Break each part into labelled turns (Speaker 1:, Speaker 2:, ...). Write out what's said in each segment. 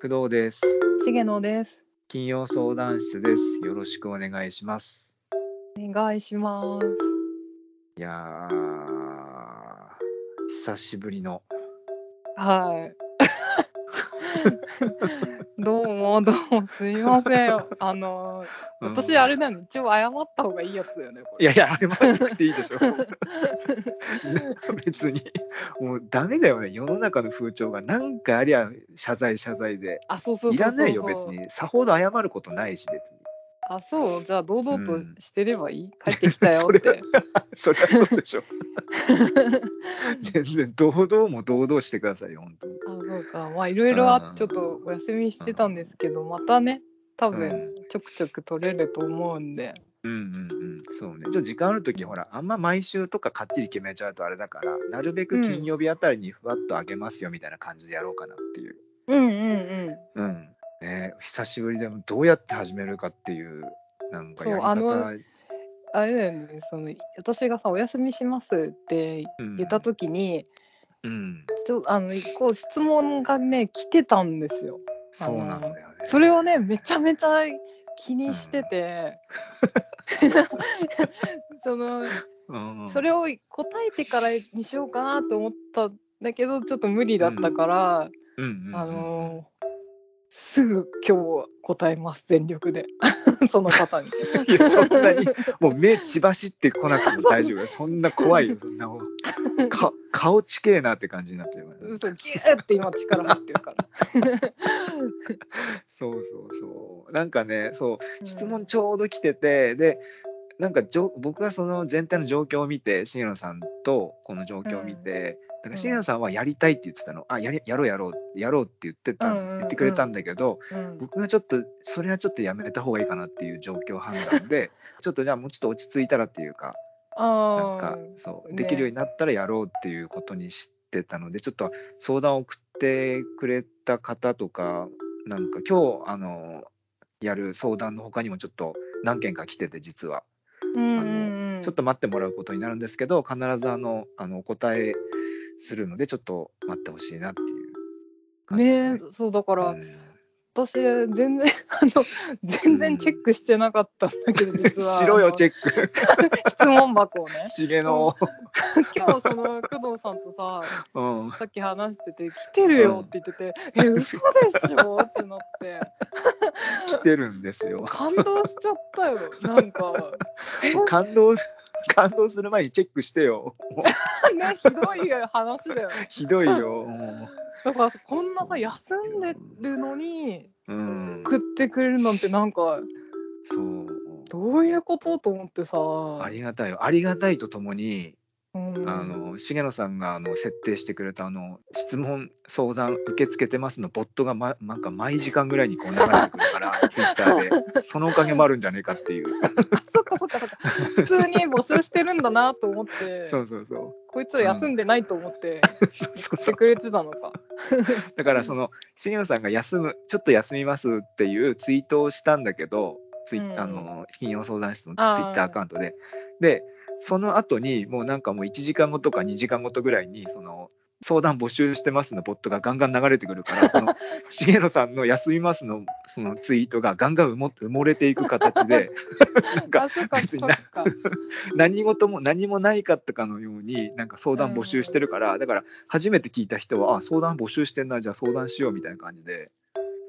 Speaker 1: 工藤です。
Speaker 2: 重野です。
Speaker 1: 金曜相談室です。よろしくお願いします。
Speaker 2: お願いします。
Speaker 1: いやー、久しぶりの。
Speaker 2: はい。 どうもどうもすいません。あの
Speaker 1: うん
Speaker 2: 私あれなの一応謝った方がいいやつだよね。こ
Speaker 1: い
Speaker 2: れ
Speaker 1: やいや、あれはなくていいでしょ。別に。もうダメだよね。世の中の風潮が何かありゃ謝罪謝罪で。
Speaker 2: あそうそうそう
Speaker 1: い
Speaker 2: そう
Speaker 1: らないよ、別。に。さほど謝ることないし、別に。
Speaker 2: あそうじゃあ堂々
Speaker 1: う
Speaker 2: と
Speaker 1: ん
Speaker 2: してればいい、帰ってきたよ
Speaker 1: そ
Speaker 2: っ
Speaker 1: れ
Speaker 2: て。
Speaker 1: そりゃそうで しょ。全然、堂々も堂々してくださいよ、本当に。
Speaker 2: あそうかまあいろいろあ
Speaker 1: う
Speaker 2: っ
Speaker 1: ん
Speaker 2: てちょっとお休みしてたんですけどまたね多
Speaker 1: う
Speaker 2: 分
Speaker 1: ん
Speaker 2: ちょくちょく取れると思うんで。
Speaker 1: うんうんうん、そうね。ちょっと時間あるとき、ほら、あんま毎週とかかっちり決めちゃうとあれだから、なるべく金曜日あたりにふわっとあげますよみたいな感じでやろうかなっていう。
Speaker 2: うんうんうん。
Speaker 1: うん。ね久しぶりでもどうやって始めるかっていう、なんか
Speaker 2: そう
Speaker 1: やり
Speaker 2: あ
Speaker 1: 方
Speaker 2: の
Speaker 1: が、
Speaker 2: あれだよねその私がさ「お休みします」って
Speaker 1: うん
Speaker 2: 言った時に、
Speaker 1: うん、
Speaker 2: ちょあのこう質問がね来てたんですよ。
Speaker 1: そうなんだよね。
Speaker 2: それをねめちゃめちゃ気にし てて、その
Speaker 1: うんうん、
Speaker 2: それを答えてからにしようかなと思ったんだけどちょっと無理だったから、
Speaker 1: うんうんうんうん
Speaker 2: あのすぐ今日答えます全力で その方に。
Speaker 1: いやそんなにもう目血走ってこなくても大丈 夫よそんな怖いよそんなもうか顔ちけえなって感じになっちゃうからね
Speaker 2: 嘘ギューって今力入ってるから。
Speaker 1: そうそうそうなんかねそう
Speaker 2: うん
Speaker 1: 質問ちょうど来てて、でなんかじょ僕がその全体の状況を見て椎野さんとこの状況を見て、だから椎野さんはやりたいって言ってたの、あやりやろうやろうやろうって言ってた、
Speaker 2: うんうんうん
Speaker 1: 言ってくれたんだけど
Speaker 2: うん
Speaker 1: 僕がちょっとそれはちょっとやめた方がいいかなっていう状況判断 でちょっとじゃあもうちょっと落ち着いたらっていうかなん
Speaker 2: あ
Speaker 1: か
Speaker 2: ー
Speaker 1: そう
Speaker 2: ね
Speaker 1: できるようになったらやろうっていうことにしてたのでちょっと相談を送ってくれた方とかなんか今日あのやる相談の他にもちょっと何件か来てて実は
Speaker 2: うんうんうん
Speaker 1: ちょっと待ってもらうことになるんですけど必ずあのあのお答えするのでちょっと待ってほしいなっていう感じ
Speaker 2: ね
Speaker 1: で
Speaker 2: えそうだから、
Speaker 1: うん
Speaker 2: 私全然あの全然チェックしてなかったんだけど、実は
Speaker 1: しろよチ
Speaker 2: ェッ
Speaker 1: ェック
Speaker 2: ク質問箱をね
Speaker 1: 重野
Speaker 2: 今日その工藤さんとさ
Speaker 1: うん
Speaker 2: さっき話してて「来てるよ」って言ってて「え嘘でしょ?」ってなって
Speaker 1: 来てるんですよ
Speaker 2: 感動しちゃったよなんかえ
Speaker 1: もう感動す感動する前にチェックしてよもう
Speaker 2: ねひどい話だよ
Speaker 1: ひどいよ。も
Speaker 2: だからさこんなさ休んでるのに
Speaker 1: ううん。
Speaker 2: 食ってくれるなんてなんか
Speaker 1: そう。
Speaker 2: どういうことと思ってさ
Speaker 1: ありがたいよ。ありがたいとともに、
Speaker 2: うん
Speaker 1: あの重野さんがあの設定してくれたあの質問相談受け付けてますのボットがまなんか毎時間ぐらいにこう流れてくるから ツイッターでそのおかげもあるんじゃねえかっていう。
Speaker 2: そっかそっかそっか普通に募集してるんだなと思っ て
Speaker 1: そうそう そう。
Speaker 2: こいつら休んでないと思って
Speaker 1: そうそう
Speaker 2: 送っ
Speaker 1: そ
Speaker 2: て
Speaker 1: う。
Speaker 2: くれてたのか。
Speaker 1: だからその重野さんが休むちょっと休みますっていうツイートをしたんだけどツイッター
Speaker 2: うん
Speaker 1: の金曜相談室のツイ
Speaker 2: あー
Speaker 1: ッターアカウントででその後にもうなんかもう1時間後とか2時間後とぐらいにその相談募集してますのボットがガンガン流れてくるから その重野さんの休みますのそのツイートがガンガン埋も埋もれていく形 でなんか
Speaker 2: あそっか
Speaker 1: 別
Speaker 2: そ
Speaker 1: に
Speaker 2: っ
Speaker 1: な
Speaker 2: か。
Speaker 1: 何事も何もないかったかのようになんか相談募集してるから、だから初めて聞いた人はあ相談募集してんなじゃあ相談しようみたいな感じで、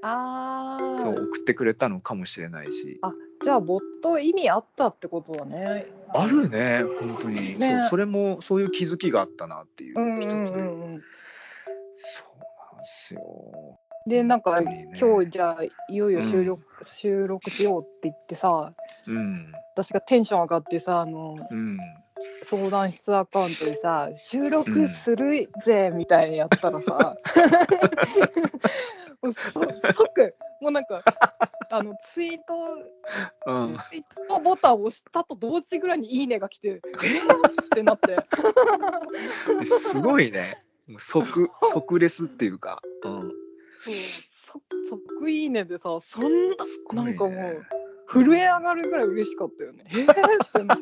Speaker 2: あ
Speaker 1: そう
Speaker 2: ー
Speaker 1: 送ってくれたのかもしれないし
Speaker 2: あじゃあボット意味あったってことだね。
Speaker 1: あるね本当に、
Speaker 2: ね
Speaker 1: そうそれもそういう気づきがあったなっていううん
Speaker 2: う
Speaker 1: 一つで、
Speaker 2: んうんうん。
Speaker 1: そうなんですよ
Speaker 2: でなんか
Speaker 1: 本当にね
Speaker 2: 今日じゃあいよいよ収録、収録しようって言ってさ
Speaker 1: うん
Speaker 2: 私がテンション上がってさあの
Speaker 1: うん
Speaker 2: 相談室アカウントでさ収録するぜみたいにやったらさ、 もうそ即もうなんかあのツイート
Speaker 1: うん
Speaker 2: ツイートボタンを押したと同時ぐらいに「いいね」が来て「えー、ってなって
Speaker 1: すごいねもう 即即レスっていうか、うん、
Speaker 2: そうそ即「いいね」でさそんな
Speaker 1: すごいね
Speaker 2: なんかもう震え上がるぐらい嬉しかったよね。えー、ってなっ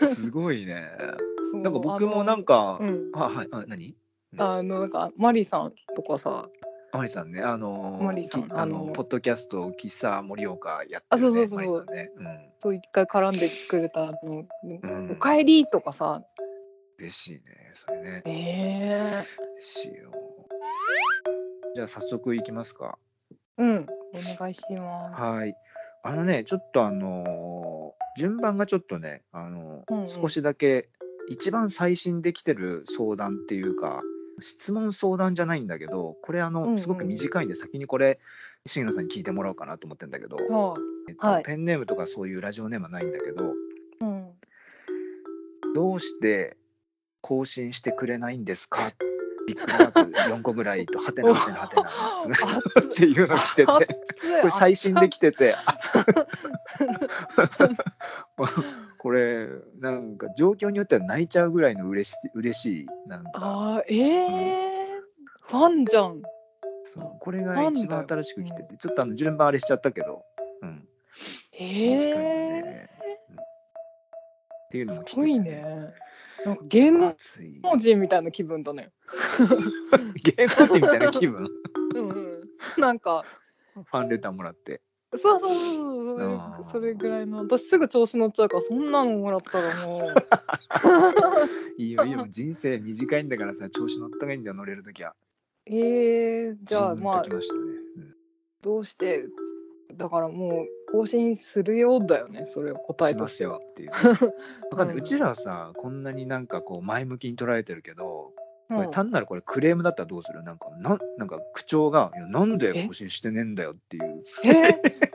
Speaker 2: て
Speaker 1: すごいね
Speaker 2: そう
Speaker 1: なんか僕もなん か
Speaker 2: か、あのうん、
Speaker 1: あはいあ何
Speaker 2: あのなんかマリさんとかさ
Speaker 1: マリさんね、あのー
Speaker 2: マリさん
Speaker 1: きあの
Speaker 2: あのー
Speaker 1: ポッドキャスト喫茶盛岡やってる、ね、
Speaker 2: あそうそうそう
Speaker 1: マリさんね、うん、
Speaker 2: そう一回絡んでくれたあの
Speaker 1: ん
Speaker 2: 「おかえり」とかさ
Speaker 1: 嬉しいね、それね
Speaker 2: え、え
Speaker 1: 嬉しいよ。じゃあ早速いきますか。
Speaker 2: うんお願いします
Speaker 1: はい。あのね、ちょっとあのー順番がちょっとね、あのー
Speaker 2: うんうん
Speaker 1: 少しだけ一番最新できてる相談っていうか、質問相談じゃないんだけど、これあの、
Speaker 2: うんうん
Speaker 1: すごく短いんで先にこれ椎野さんに聞いてもらおうかなと思ってんだけど、
Speaker 2: は
Speaker 1: えっと
Speaker 2: はい
Speaker 1: ペンネームとかそういうラジオネームはないんだけど、
Speaker 2: い、うん、
Speaker 1: どうして更新してくれないんですか ビッグマーク4個ぐらいと、はてなはてなはてな っていうの来てて、 これ最新で来てて、 あこれ、なんか状況によっては泣いちゃうぐらいの嬉し嬉しい、なんか、
Speaker 2: あーえー、ファンじゃん
Speaker 1: そうこれが一番新しく来てて、ちょっとあの順番あれしちゃったけど、うん、確かに
Speaker 2: え
Speaker 1: ね。うんっていう
Speaker 2: ー、
Speaker 1: のも来て
Speaker 2: す
Speaker 1: て
Speaker 2: ごいね。なんか芸能
Speaker 1: 熱い。
Speaker 2: 人みたいな気分だ ね
Speaker 1: 芸能人みたいな気分。
Speaker 2: うんうんなんか
Speaker 1: ファンレターもらって。
Speaker 2: そうそうそうそう
Speaker 1: あー
Speaker 2: それぐらいの私すぐ調子乗っちゃうからそんなのもらったらもう
Speaker 1: いいよいいよ、人生短いんだからさ、調子乗った方がいいんだよ、乗れるときは。
Speaker 2: えー、じゃ
Speaker 1: ジー
Speaker 2: あ
Speaker 1: ンと
Speaker 2: まあ
Speaker 1: きましたね。
Speaker 2: どうしてだからもう更新するようだよねそれを
Speaker 1: うん、
Speaker 2: 答え
Speaker 1: し
Speaker 2: と
Speaker 1: ま
Speaker 2: し
Speaker 1: してた
Speaker 2: は
Speaker 1: よ。っていうね。わかんない。
Speaker 2: うん
Speaker 1: うちらはさ、こんなになんかこう前向きに捉えてるけど、
Speaker 2: う
Speaker 1: これ
Speaker 2: ん
Speaker 1: 単なるこれクレームだったらどうするなんか、なんなんか口調が、いやなんで更新してねえんだよっていう。
Speaker 2: えー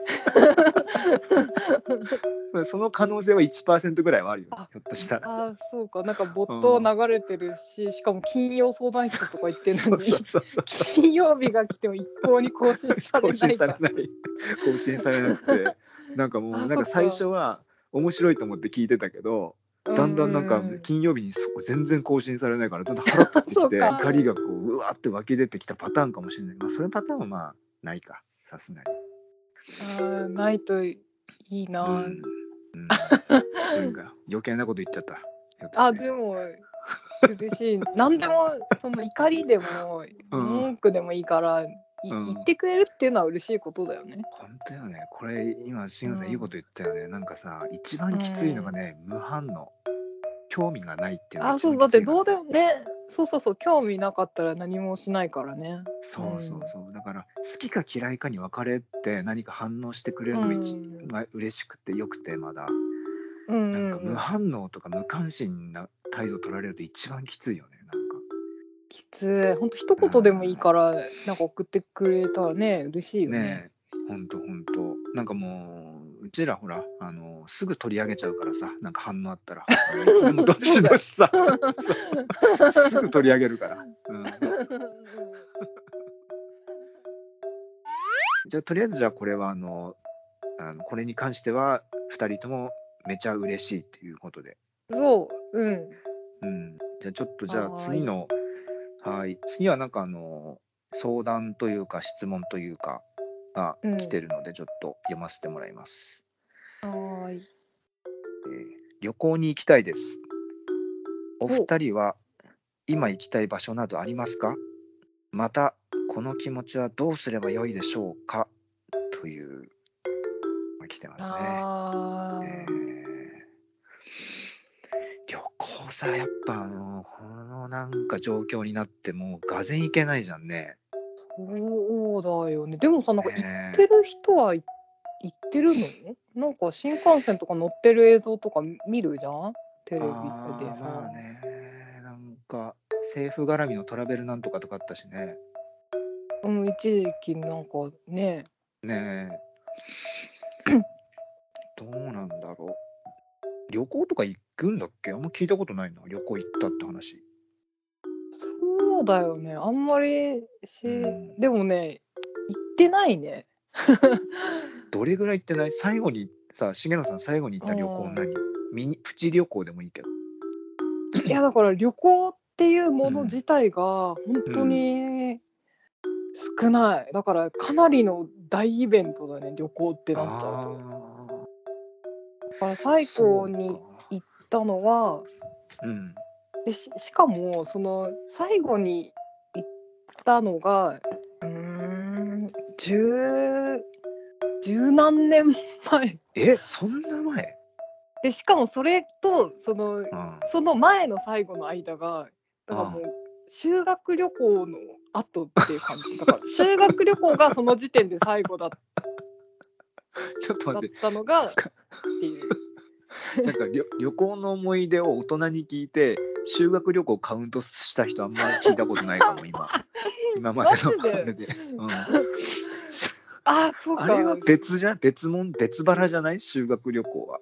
Speaker 1: その可能性は1%ぐらいはあるよね
Speaker 2: あ。
Speaker 1: ひょっとしたら。
Speaker 2: あーそうかなんかボット流れてるし、しかも金曜相談室とか行ってる
Speaker 1: そ
Speaker 2: の
Speaker 1: う
Speaker 2: に
Speaker 1: そうそうそう。
Speaker 2: 金曜日が来ても一向に 更新さ れ
Speaker 1: 更
Speaker 2: な
Speaker 1: 新
Speaker 2: い
Speaker 1: さ
Speaker 2: か
Speaker 1: れ
Speaker 2: ら
Speaker 1: ない更新されなく てなんかもうな
Speaker 2: あ
Speaker 1: んか
Speaker 2: そっか
Speaker 1: 最初は面白いと思って聞いてたけどだんだんなんか
Speaker 2: うう
Speaker 1: 金曜日にそ全然更新されないからだんだん腹立ってきて
Speaker 2: そうか
Speaker 1: 怒りがこううわーって湧き出てきたパターンかもしれない、まあ、それパターンはまあないかさすがに。
Speaker 2: あーないといいな、
Speaker 1: うん うんなんか余計なこと言っちゃった。ひょっとして
Speaker 2: あでも嬉しい何でもその怒りでも
Speaker 1: うん
Speaker 2: 文句でもいいから、い
Speaker 1: うん
Speaker 2: 言ってくれるっていうのは嬉しいことだよね。
Speaker 1: 本当よねこれ今慎吾さん
Speaker 2: うん
Speaker 1: いいこと言ったよね、なんかさ一番きついのがね、無反応興味がないっていうのが
Speaker 2: あ
Speaker 1: 一
Speaker 2: そう
Speaker 1: 番
Speaker 2: だっ
Speaker 1: きつ
Speaker 2: て
Speaker 1: いから
Speaker 2: どうでもねそうそうそう興味なかったら何もしないからね。
Speaker 1: そうそうそう、だから好きか嫌いかに分かれって何か反応してくれるのが一、
Speaker 2: うん
Speaker 1: まあ嬉しくてよくてまだ、
Speaker 2: うんう
Speaker 1: なん
Speaker 2: ん
Speaker 1: か
Speaker 2: う
Speaker 1: 無
Speaker 2: ん、
Speaker 1: 反応とか無関心な態度取られると一番きついよねなんか
Speaker 2: きつい本当一言でもいいからなんか送ってくれたらね嬉しいよね。
Speaker 1: ねえほんとほんとなんかもううちらほらあのすぐ取り上げちゃうからさなんか反応あ ったらいつでもどしどしさ すぐ取り上げるから、うん、じゃあとりあえずじゃあこれはあのあのこれに関しては2人ともめちゃ嬉しいっていうことで。
Speaker 2: そううん
Speaker 1: うん、じゃあちょっとじゃあ
Speaker 2: はーい
Speaker 1: 次のはい次はなんかあの相談というか質問というかが
Speaker 2: うん
Speaker 1: 来てるのでちょっと読ませてもらいます、
Speaker 2: はーい
Speaker 1: 旅行に行きたいですお二人は今行きたい場所などありますかまたこの気持ちはどうすればよいでしょうかという来てますね
Speaker 2: あー
Speaker 1: えー旅行さやっぱあのこのなんか状況になってもうがぜん行けないじゃんね。
Speaker 2: そうだよね。でもさ、なんか行
Speaker 1: ね
Speaker 2: ってる人はい行ってるの？なんか新幹線とか乗ってる映像とか見るじゃん？テレビ
Speaker 1: あ
Speaker 2: で
Speaker 1: ー
Speaker 2: さ。
Speaker 1: まあねなんか政府絡みのトラベルなんとかとかあったしね。
Speaker 2: うん、一時期なんかね、
Speaker 1: ねえどうなんだろう。旅行とか行くんだっけあんま聞いたことないな旅行行ったって話。
Speaker 2: そうだよね。あんまりし、
Speaker 1: うん
Speaker 2: でもね、行ってない ね。
Speaker 1: どれぐらい行ってない最後にさ重野さん最後に行った旅行何ミニプチ旅行でもいいけど。
Speaker 2: いやだから旅行っていうもの自体が本当に少ない。だからかなりの大イベントだね。旅行ってなっちゃうと。
Speaker 1: あ
Speaker 2: だから最後に行っ
Speaker 1: ー
Speaker 2: たのは
Speaker 1: うん、
Speaker 2: でししかもその最後にたのがうーん十十何年前
Speaker 1: えそんな前、
Speaker 2: でしかもそれとその
Speaker 1: うん、
Speaker 2: その前の最後の間がだからもう修学旅行の後っていう感じだから修学旅行がその時点で最後だっ
Speaker 1: ちょっと
Speaker 2: だっ
Speaker 1: 待って
Speaker 2: たのがっ
Speaker 1: か
Speaker 2: ていう
Speaker 1: なんか旅旅行の思い出を大人に聞いて修学旅行カウントした人あんまり聞いたことないかも 今今まで
Speaker 2: マジで
Speaker 1: のあれで、うん、
Speaker 2: ああそうか
Speaker 1: あれは別じゃ別もん別腹じゃない修学旅行は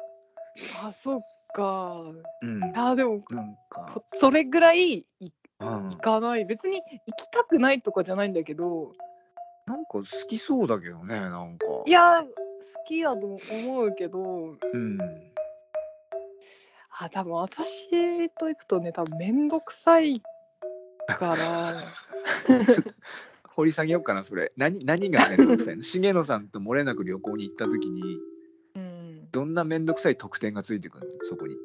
Speaker 2: あそうか
Speaker 1: うん
Speaker 2: あーでも
Speaker 1: なんか
Speaker 2: こそれぐらいい
Speaker 1: うん
Speaker 2: 行かない別に行きたくないとかじゃないんだけど
Speaker 1: なんか好きそうだけどねなんか
Speaker 2: いやー好きだと思うけど
Speaker 1: うん
Speaker 2: あ多分私と行くとね多分面倒くさいから
Speaker 1: 掘り下げようかなそれ何何が面倒くさいの 重野さんと漏れなく旅行に行った時に
Speaker 2: うん
Speaker 1: どんな面倒くさい特典がついてくるのそこに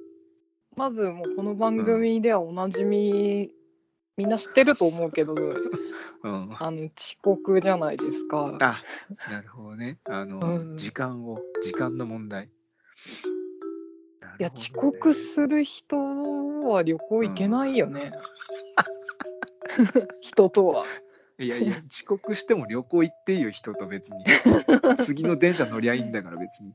Speaker 2: まずもうこの番組ではおなじみ、みんな知ってると思うけど
Speaker 1: うん
Speaker 2: あの遅刻じゃないですか。
Speaker 1: あなるほどねあの、
Speaker 2: うん
Speaker 1: 時間を時間の問題
Speaker 2: いや遅刻する人は旅行行けないよね。人とは。
Speaker 1: いやいや遅刻しても旅行行っていいよ人と別 に次の電車乗りゃいいんだから別に、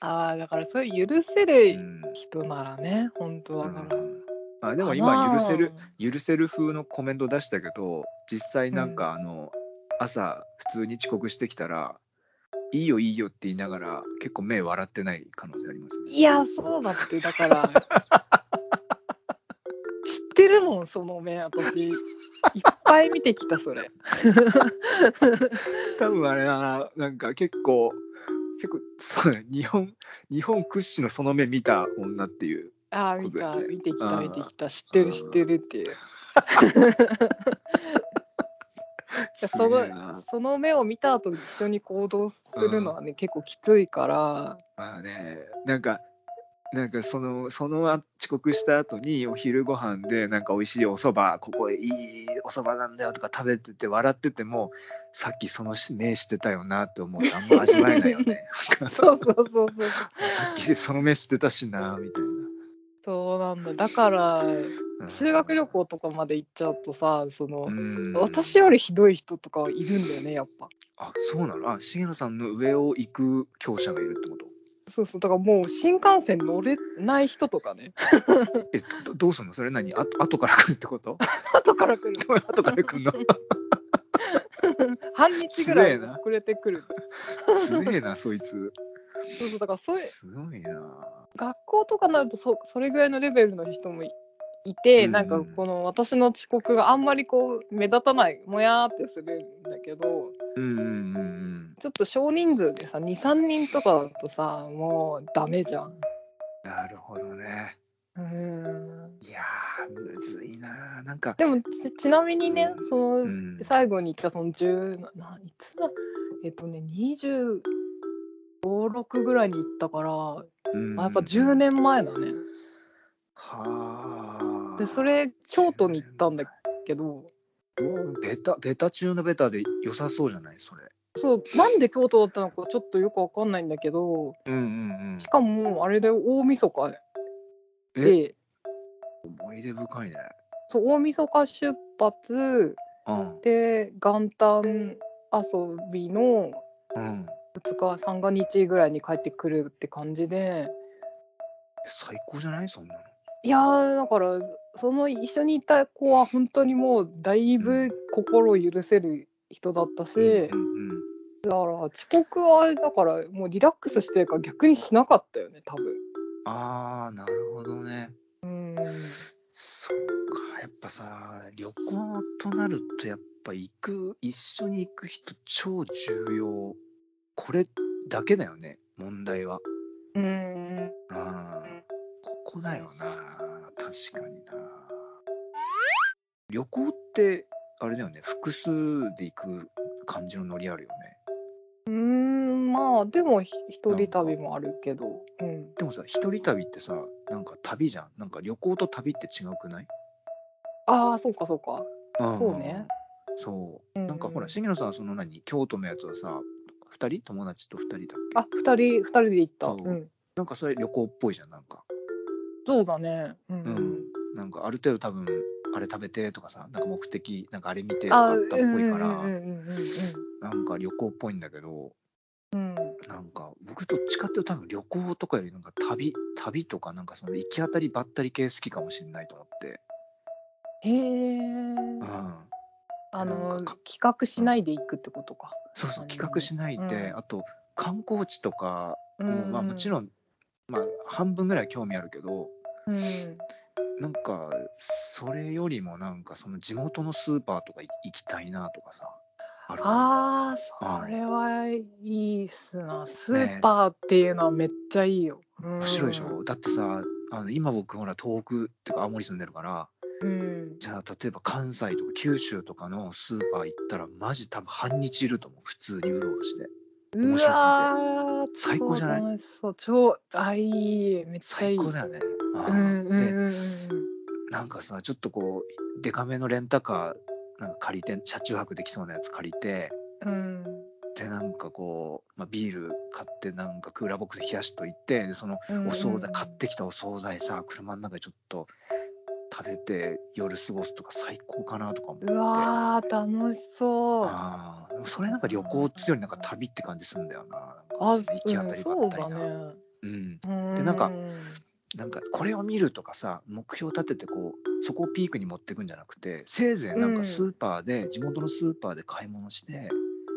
Speaker 2: ああだからそれ許せ
Speaker 1: う
Speaker 2: る
Speaker 1: ん
Speaker 2: 人ならね本当だから。
Speaker 1: あでも今許せる
Speaker 2: かな
Speaker 1: 許せる風のコメント出したけど実際なんかあの、朝普通に遅刻してきたら「いいよいいよ」って言いながら結構目笑ってない可能性ありますね。
Speaker 2: いやそうだってだから 知ってるもんその目私いっぱい見てきたそれ。
Speaker 1: 多分あれだななんか結構結構そうだね日本日本屈指のその目見た女っていう
Speaker 2: ああ
Speaker 1: こ
Speaker 2: 見
Speaker 1: とだ
Speaker 2: た
Speaker 1: よね
Speaker 2: 見てき
Speaker 1: あ
Speaker 2: た
Speaker 1: ー
Speaker 2: 見てきた知って
Speaker 1: うん
Speaker 2: る知ってるっていう。
Speaker 1: す
Speaker 2: そ
Speaker 1: げえな
Speaker 2: のその目を見た後一緒に行動するのはね、結構きつ いから
Speaker 1: まあねなんかなんかそのそのあ遅刻した後にお昼ご飯でなんか美味しいお蕎麦ここいいお蕎麦なんだよとか食べてて笑っててもさっきそのし目してたよなって思うとあんま味わえないよ ね
Speaker 2: そうそうそうそう
Speaker 1: さっきその目してたしなみたいな
Speaker 2: そうなんだだから
Speaker 1: うん。
Speaker 2: 修学旅行とかまで行っちゃうとさその、
Speaker 1: うん
Speaker 2: 私よりひどい人とかいるんだよねやっぱ
Speaker 1: あそうなのあ重野さんの上を行く強者がいるってこと
Speaker 2: そうそうだからもう新幹線乗れない人とかね
Speaker 1: えどどうすんのそれ何あ後から来るってこと
Speaker 2: 後から来る
Speaker 1: 後から来る の
Speaker 2: 半日ぐらい
Speaker 1: すげえな
Speaker 2: 遅れてくる
Speaker 1: すげえなそいつ
Speaker 2: そうそうだからそういう
Speaker 1: すごいな
Speaker 2: 学校とかになるとそそれぐらいのレベルの人もいいて、
Speaker 1: うん
Speaker 2: なんかこの私の遅刻があんまりこう目立たないもやーってするんだけど
Speaker 1: うんうんうんうん
Speaker 2: ちょっと少人数でさ23人とかだとさもうダメじゃん。
Speaker 1: なるほどね。
Speaker 2: うーん
Speaker 1: いやー、むずいなー。なんか、
Speaker 2: でもちちなみにねその、
Speaker 1: うん、
Speaker 2: 最後に言ったその10ないつだえっとね2 5 6ぐらいに行ったから、
Speaker 1: うん
Speaker 2: まあ、やっぱ10。年前だね。
Speaker 1: はあ。
Speaker 2: でそれ京都に行ったんだけど。
Speaker 1: おーベタ、ベタ中のベタで良さそうじゃないそれ。
Speaker 2: そうなんで京都だったのかちょっとよくわかんないんだけど
Speaker 1: うんうんうん
Speaker 2: し。かもあれで大晦日
Speaker 1: え、
Speaker 2: で
Speaker 1: 思い出深いね。
Speaker 2: そう大晦日出発
Speaker 1: うん。
Speaker 2: で元旦遊びの
Speaker 1: うん。
Speaker 2: 2日三が日ぐらいに帰ってくるって感じで
Speaker 1: 最高じゃないそんなの。
Speaker 2: いやーだからその一緒にいた子は本当にもうだいぶ心を許せる人だったし、
Speaker 1: うんうん
Speaker 2: だから遅刻はだからもうリラックスしてるから逆にしなかったよね多分。
Speaker 1: うん、あー、なるほどね。
Speaker 2: うん
Speaker 1: そっか、やっぱさ、旅行となると、やっぱ行く、一緒に行く人超重要。これだけだよね、問題は。
Speaker 2: うん
Speaker 1: うんここだよな確かにな旅行ってあれだよね複数で行く感じのノリあるよね
Speaker 2: うーんまあでもひ一
Speaker 1: なん
Speaker 2: 人
Speaker 1: か
Speaker 2: 旅もあるけど、うん、
Speaker 1: でもさ一人旅ってさなんか旅じゃんなんか旅行と旅って違うくない
Speaker 2: ああそうかそうかそうね
Speaker 1: そう。なんかほ
Speaker 2: うんう
Speaker 1: ら、
Speaker 2: ん
Speaker 1: 重野さんはその何、京都のやつはさ、二人友達と二人だっけ
Speaker 2: あ二人二人で行った
Speaker 1: そううんなんかそれ旅行っぽいじゃん、なんか。
Speaker 2: そうだねうん、
Speaker 1: う
Speaker 2: うんん、
Speaker 1: なんかある程度多分、あれ食べてとかさ、なんか目的、なんかあれ見てとか
Speaker 2: あ
Speaker 1: あ
Speaker 2: う
Speaker 1: っ
Speaker 2: ん
Speaker 1: た
Speaker 2: う
Speaker 1: っ
Speaker 2: ん
Speaker 1: ぽ
Speaker 2: う
Speaker 1: い
Speaker 2: ん
Speaker 1: か
Speaker 2: う
Speaker 1: ら、
Speaker 2: ん
Speaker 1: なんか旅行っぽいんだけど、
Speaker 2: うん
Speaker 1: なんか僕どっちかっていうと多分旅行とかよりなんか旅、旅とかなんかその行き当たりばったり系好きかもしれないと思って。
Speaker 2: うん
Speaker 1: う
Speaker 2: へえ
Speaker 1: ん。
Speaker 2: あの
Speaker 1: なんか
Speaker 2: 企画しないで行くってことか
Speaker 1: そうそう、
Speaker 2: あの
Speaker 1: 企画しないで、
Speaker 2: うん
Speaker 1: あと観光地とか
Speaker 2: う
Speaker 1: も、まあもちろ
Speaker 2: ん
Speaker 1: ん、まあ半分ぐらい興味あるけど、
Speaker 2: うん
Speaker 1: なんかそれよりもなんかその地元のスーパーとかい行きたいなとかさある
Speaker 2: あーそれはいいっすなス
Speaker 1: ね
Speaker 2: ーパーっていうのはめっちゃいいよ、うん
Speaker 1: 面白いでしょ、だってさあの今僕ほら東北っていうか青森住んでるから
Speaker 2: うん
Speaker 1: じゃあ例えば関西とか九州とかのスーパー行ったらマジ多分半日いると思う普通にうろうろして
Speaker 2: う
Speaker 1: 面白すぎて
Speaker 2: わー
Speaker 1: 最高じゃない
Speaker 2: 超楽しそう超あいいめっちゃ
Speaker 1: 最
Speaker 2: いい
Speaker 1: 高だよね、あ
Speaker 2: う
Speaker 1: ー
Speaker 2: んうん
Speaker 1: で
Speaker 2: うん
Speaker 1: なんかさちょっとこうデカめのレンタカーなんか借りて車中泊できそうなやつ借りて
Speaker 2: うんうん
Speaker 1: でなんかこう、まあ、ビール買ってなんかクーラーボックスで冷やしといてでその
Speaker 2: うん
Speaker 1: お惣菜買ってきたお惣菜さ車の中でちょっと食べて夜過ごすとか最高かなとか思って
Speaker 2: うわー楽しそうあ
Speaker 1: あーそれなんか旅行っつうよりなんか旅って感じすんだよななんかその行き当たりば
Speaker 2: そう
Speaker 1: った
Speaker 2: だ
Speaker 1: りな、うん
Speaker 2: ねで
Speaker 1: なんかなんかこれを見るとかさ目標立ててこうそこをピークに持ってくんじゃなくてせいぜいなんかスーパーで、地元のスーパーで買い物して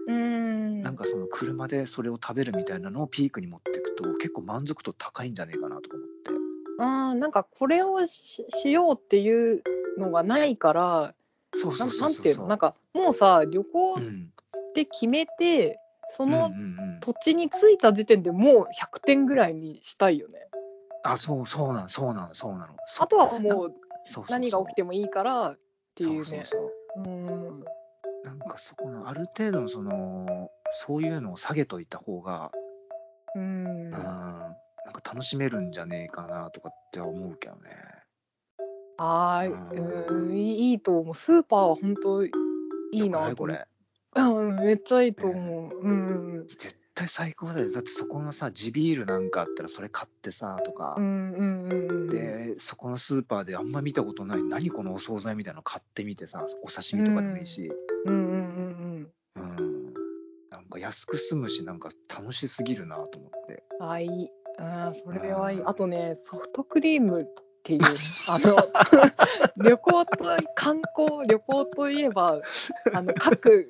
Speaker 2: うん
Speaker 1: なんかその車でそれを食べるみたいなのをピークに持っていくと結構満足度高いんじゃねえかなとか思って。
Speaker 2: あーなんかこれをししようっていうのがないから
Speaker 1: そうそ
Speaker 2: な
Speaker 1: うんそう
Speaker 2: なん
Speaker 1: そう
Speaker 2: ていうのなんかもうさ旅行
Speaker 1: う
Speaker 2: っ
Speaker 1: ん
Speaker 2: て決めて、そ
Speaker 1: うんうんう
Speaker 2: の
Speaker 1: ん、
Speaker 2: 土地に着いた時点でもう100点ぐらいにしたいよね。
Speaker 1: あそうそうなのそうなのそうなの。そ
Speaker 2: あとは
Speaker 1: な
Speaker 2: もう
Speaker 1: そうそうそう
Speaker 2: 何が起きてもいいからっていうね。
Speaker 1: そうそうそう
Speaker 2: うん
Speaker 1: なんかそこのある程度のそのそういうのを下げといた方が、
Speaker 2: うん
Speaker 1: うん、なんか楽しめるんじゃねえかなとかって思うけどね。
Speaker 2: はーい、うん、いいいいと思う。スーパーは本当いい
Speaker 1: よく
Speaker 2: なと
Speaker 1: こ
Speaker 2: 思
Speaker 1: れ
Speaker 2: う。うん、めっちゃいいと思う。うん、
Speaker 1: 絶対最高だよだってそこのさ地ビールなんかあったらそれ買ってさとか。
Speaker 2: うん、うん、うんうん。
Speaker 1: でそこのスーパーであんま見たことない何このお惣菜みたいなの買ってみてさお刺身とかでもいいし、
Speaker 2: うん、うん、うん、
Speaker 1: うん、なんか安く済むしなんか楽しすぎるなと思って
Speaker 2: うん。あ、いい。うん、それはいい
Speaker 1: あ。ー
Speaker 2: あとね、ソフトクリームっていう、あの。 旅行と観光、旅行といえば、あの各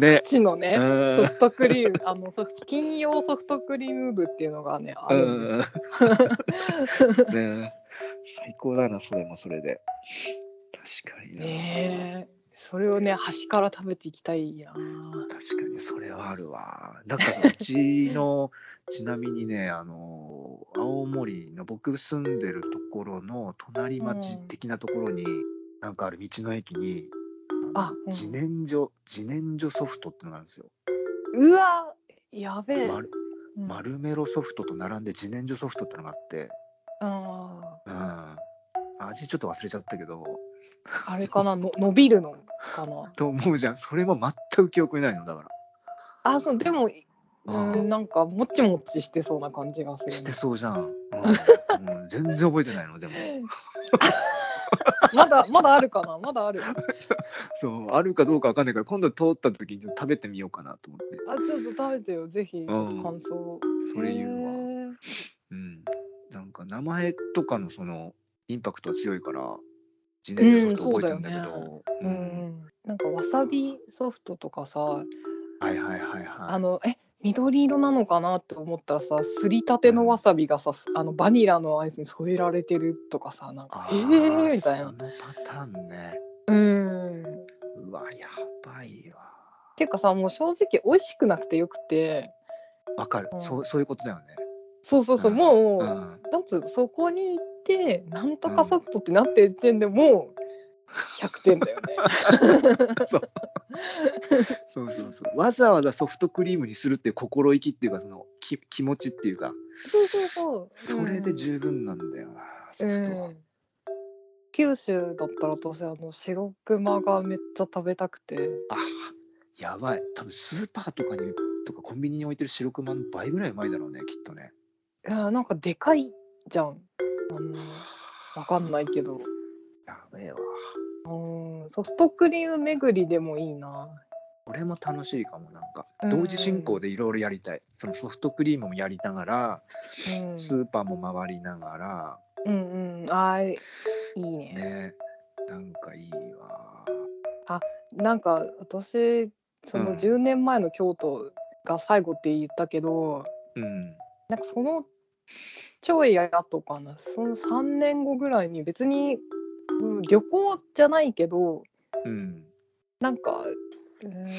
Speaker 1: ね
Speaker 2: 地の
Speaker 1: う
Speaker 2: ね。
Speaker 1: ん
Speaker 2: ソフトクリーム、あの、ソフト金曜ソフトクリーム部っていうのがね、あるんですよ
Speaker 1: うん ね最高だなそれもそれで確かにな
Speaker 2: ねえそれをね端から食べていきたいな
Speaker 1: 確かにそれはあるわだからうちの ちなみにねあの青森の僕住んでるところの隣町的なところに、なんかある道の駅に
Speaker 2: あうん
Speaker 1: 自然薯自然薯ソフトってのがあるんですよ、
Speaker 2: うわやべえ、
Speaker 1: 丸
Speaker 2: うん
Speaker 1: 丸メロソフトと並んで自然薯ソフトってのがあって、
Speaker 2: あ
Speaker 1: うん、味ちょっと忘れちゃったけど
Speaker 2: ーあれかなの伸びるのかな
Speaker 1: と思うじゃんそれも全く記憶にないのだから
Speaker 2: あそうでも
Speaker 1: あ
Speaker 2: う
Speaker 1: ー
Speaker 2: んなんかもちもちしてそうな感じがする、ね、
Speaker 1: してそうじゃん、うんうん全然覚えてないのでも
Speaker 2: まだまだあるかなまだあるあ
Speaker 1: そうあるかどうかわかんないから今度通った時にちょっと食べてみようかなと思って
Speaker 2: ちょっと食べてよぜひちょっと感想を
Speaker 1: それ言うわ、
Speaker 2: へー
Speaker 1: うんなんか名前とかのそのインパクトは強いから自
Speaker 2: う
Speaker 1: 然
Speaker 2: ん
Speaker 1: 薯ソフト覚えてるんだけど、
Speaker 2: う
Speaker 1: うん
Speaker 2: んなんかわさびソフトとかさ
Speaker 1: はいはいはいはい
Speaker 2: あのえ緑色なのかなって思ったらさすりたてのわさびがさ、すあのバニラのアイスに添えられてるとかさなん
Speaker 1: あ
Speaker 2: かええ
Speaker 1: ー
Speaker 2: ー、みたい
Speaker 1: そ
Speaker 2: な
Speaker 1: のパターンね
Speaker 2: うん
Speaker 1: うわやばいわ
Speaker 2: ていうかさもう正直美味しくなくてよくて
Speaker 1: わかる、
Speaker 2: うん
Speaker 1: そうそういうことだよね
Speaker 2: そうそうそう、
Speaker 1: うん
Speaker 2: もう、
Speaker 1: うん
Speaker 2: なんつうのそこに行ってなんとかソフトってなってる時点でもう100点だよね
Speaker 1: そうそうそうわざわざソフトクリームにするっていう心意気っていうかそのき気持ちっていうか
Speaker 2: そうそうそ
Speaker 1: そ
Speaker 2: う
Speaker 1: れで十分なんだよな、ソ
Speaker 2: う
Speaker 1: フ
Speaker 2: ん
Speaker 1: トは、
Speaker 2: うん九州だったら私あの白熊がめっちゃ食べたくて
Speaker 1: あやばい多分スーパーとかにとかコンビニに置いてる白熊の倍ぐらいうまいだろうねきっとね
Speaker 2: いやなんかでかいじゃんあのわかんないけど
Speaker 1: やべえわ
Speaker 2: うんソフトクリーム巡りでもいいな
Speaker 1: これも楽しいかもなんか
Speaker 2: うん
Speaker 1: 同時進行でいろいろやりたいそのソフトクリームもやりながら
Speaker 2: うん
Speaker 1: スーパーも回りながら
Speaker 2: うんうんあーいいね
Speaker 1: ねなんかいいわ
Speaker 2: なんか私そうの
Speaker 1: ん
Speaker 2: 10年前の京都が最後って言ったけど、
Speaker 1: うん
Speaker 2: なんかそのちょい後かなその3年後ぐらいに別に、うん旅行じゃないけど
Speaker 1: うん
Speaker 2: なんかうーんえ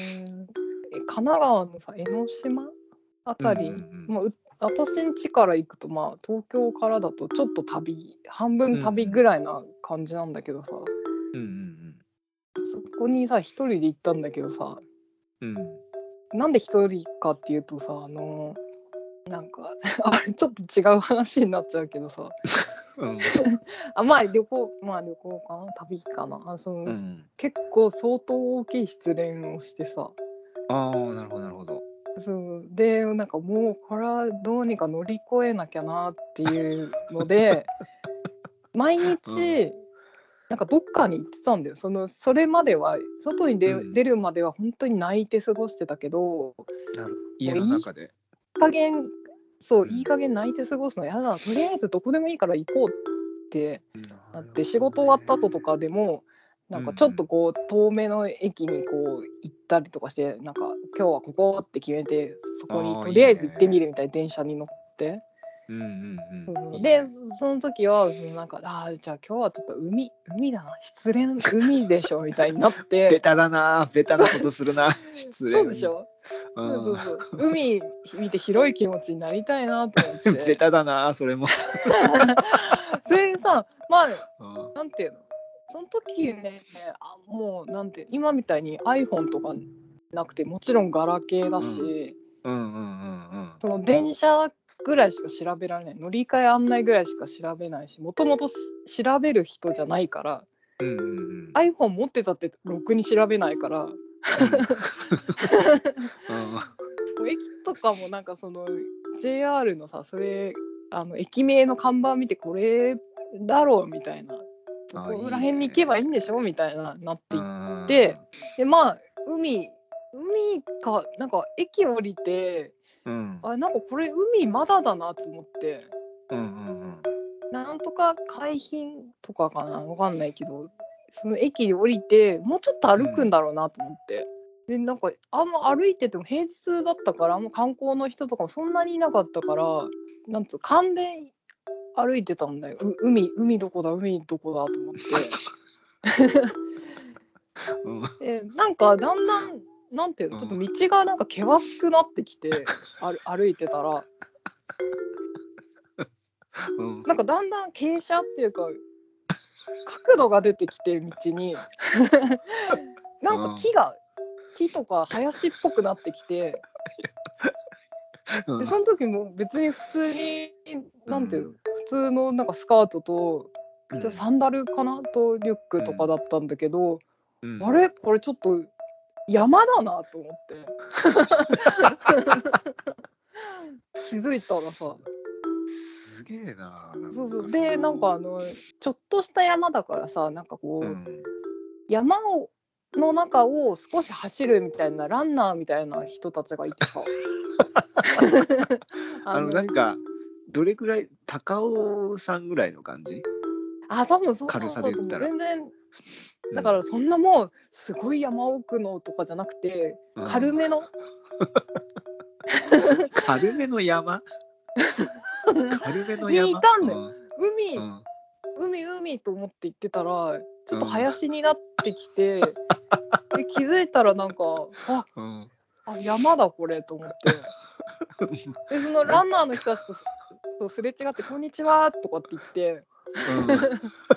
Speaker 2: 神奈川のさ江ノ島あたり、
Speaker 1: うんうんうん
Speaker 2: まあう私ん家から行くとまあ東京からだとちょっと旅半分旅ぐらいな感じなんだけどさ、
Speaker 1: うんうん
Speaker 2: そこにさ一人で行ったんだけどさ、
Speaker 1: うんうん
Speaker 2: なんで一人かっていうとさあのなんか あれちょっと違う話になっちゃうけどさ
Speaker 1: うん
Speaker 2: あまあ旅行まあ旅行かな旅かなあその、
Speaker 1: うん
Speaker 2: 結構相当大きい失恋をしてさ
Speaker 1: ああなるほどなるほど
Speaker 2: そうでなんかもうこれはどうにか乗り越えなきゃなっていう ので毎日、なんかどっかに行ってたんだよそのそれまでは外に出,、
Speaker 1: うん
Speaker 2: 出るまでは本当に泣いて過ごしてたけど
Speaker 1: なる家の中で
Speaker 2: いい加減そう、
Speaker 1: うん
Speaker 2: いい加減泣いて過ごすのやだとりあえずどこでもいいから行こうってなって、仕事終わった後とかでもなんかちょっとこう遠目の駅にこう行ったりとかしてなんか今日はここって決めてそこ
Speaker 1: あー
Speaker 2: にとりあえ
Speaker 1: い
Speaker 2: ず
Speaker 1: いね
Speaker 2: 行ってみるみたいな電車に乗って
Speaker 1: うんうんうんいい
Speaker 2: で
Speaker 1: ね
Speaker 2: その時はそのなんかあーじゃあ今日はちょっと海海だな失恋海でしょみたいになっ
Speaker 1: ベ
Speaker 2: て
Speaker 1: タだなベタなことする な失礼
Speaker 2: そうでしょ
Speaker 1: う
Speaker 2: そ
Speaker 1: ん
Speaker 2: うそうそう海見て広い気持ちになりたいな と思って
Speaker 1: ベタだなそれも、
Speaker 2: それでさまあ
Speaker 1: うん
Speaker 2: なんていうのその時ねあもうなんていう今みたいに iPhone とかなくてもちろんガラケーだし、
Speaker 1: うんうんうんうん
Speaker 2: その電車ぐらいしか調べられない乗り換え案内ぐらいしか調べないしもともと調べる人じゃないから
Speaker 1: うんうんうん
Speaker 2: iPhone 持ってたってろくに調べないから。
Speaker 1: うんうん
Speaker 2: 駅とかもなんかその JR のさそれあの駅名の看板見てこれだろうみたいなこ
Speaker 1: あ
Speaker 2: こら辺に行けばいいんでしょみたいななっていて
Speaker 1: うん
Speaker 2: ででまあ海海かなんか駅降りて
Speaker 1: うん
Speaker 2: あなんかこれ海まだだなと思って
Speaker 1: うんうんうん
Speaker 2: なんとか海浜とかかなわかんないけどその駅降りてもうちょっと歩くんだろうなと思って、でなんかあんま歩いてても平日だったからあんま観光の人とかもそんなにいなかったからなんつう勘で歩いてたんだよう海海どこだ海どこだと思っ
Speaker 1: うん
Speaker 2: てでなんかだんだんなんていうのちょっと道がなんか険しくなってきて歩歩いてたら
Speaker 1: うん
Speaker 2: なんかだんだん傾斜っていうか角度が出てきて道 になんか木が、木とか林っぽくなってきて
Speaker 1: うん
Speaker 2: でその時も別に普通になんていうの、普通のなんかスカートと
Speaker 1: うん
Speaker 2: ちょサンダルかなとリュックとかだったんだけど、
Speaker 1: うん
Speaker 2: あれこれちょっと山だなと 思って気づいたらさ
Speaker 1: すげえななんか
Speaker 2: そうそうでなんかあのちょっとした山だからさなんかこ
Speaker 1: う
Speaker 2: う、
Speaker 1: ん
Speaker 2: 山をの中を少し走るみたいなランナーみたいな人たちがい てさ
Speaker 1: あのなんかどれくらい高尾さんぐらいの感じ
Speaker 2: あ多分そう
Speaker 1: 軽さで言ったら
Speaker 2: 全然だからそんなもうすごい山奥のとかじゃなくて
Speaker 1: うん
Speaker 2: 軽めの、
Speaker 1: 軽めの 山軽めの山
Speaker 2: にいたんだよ
Speaker 1: う
Speaker 2: 海、
Speaker 1: うん
Speaker 2: 海海と思って行ってたらちょっと林になってきて、で気づいたらなんかあ
Speaker 1: うん
Speaker 2: あ山だこれと思ってでそのランナーの人たちととすれ違って「こんにちは」とかって言って
Speaker 1: う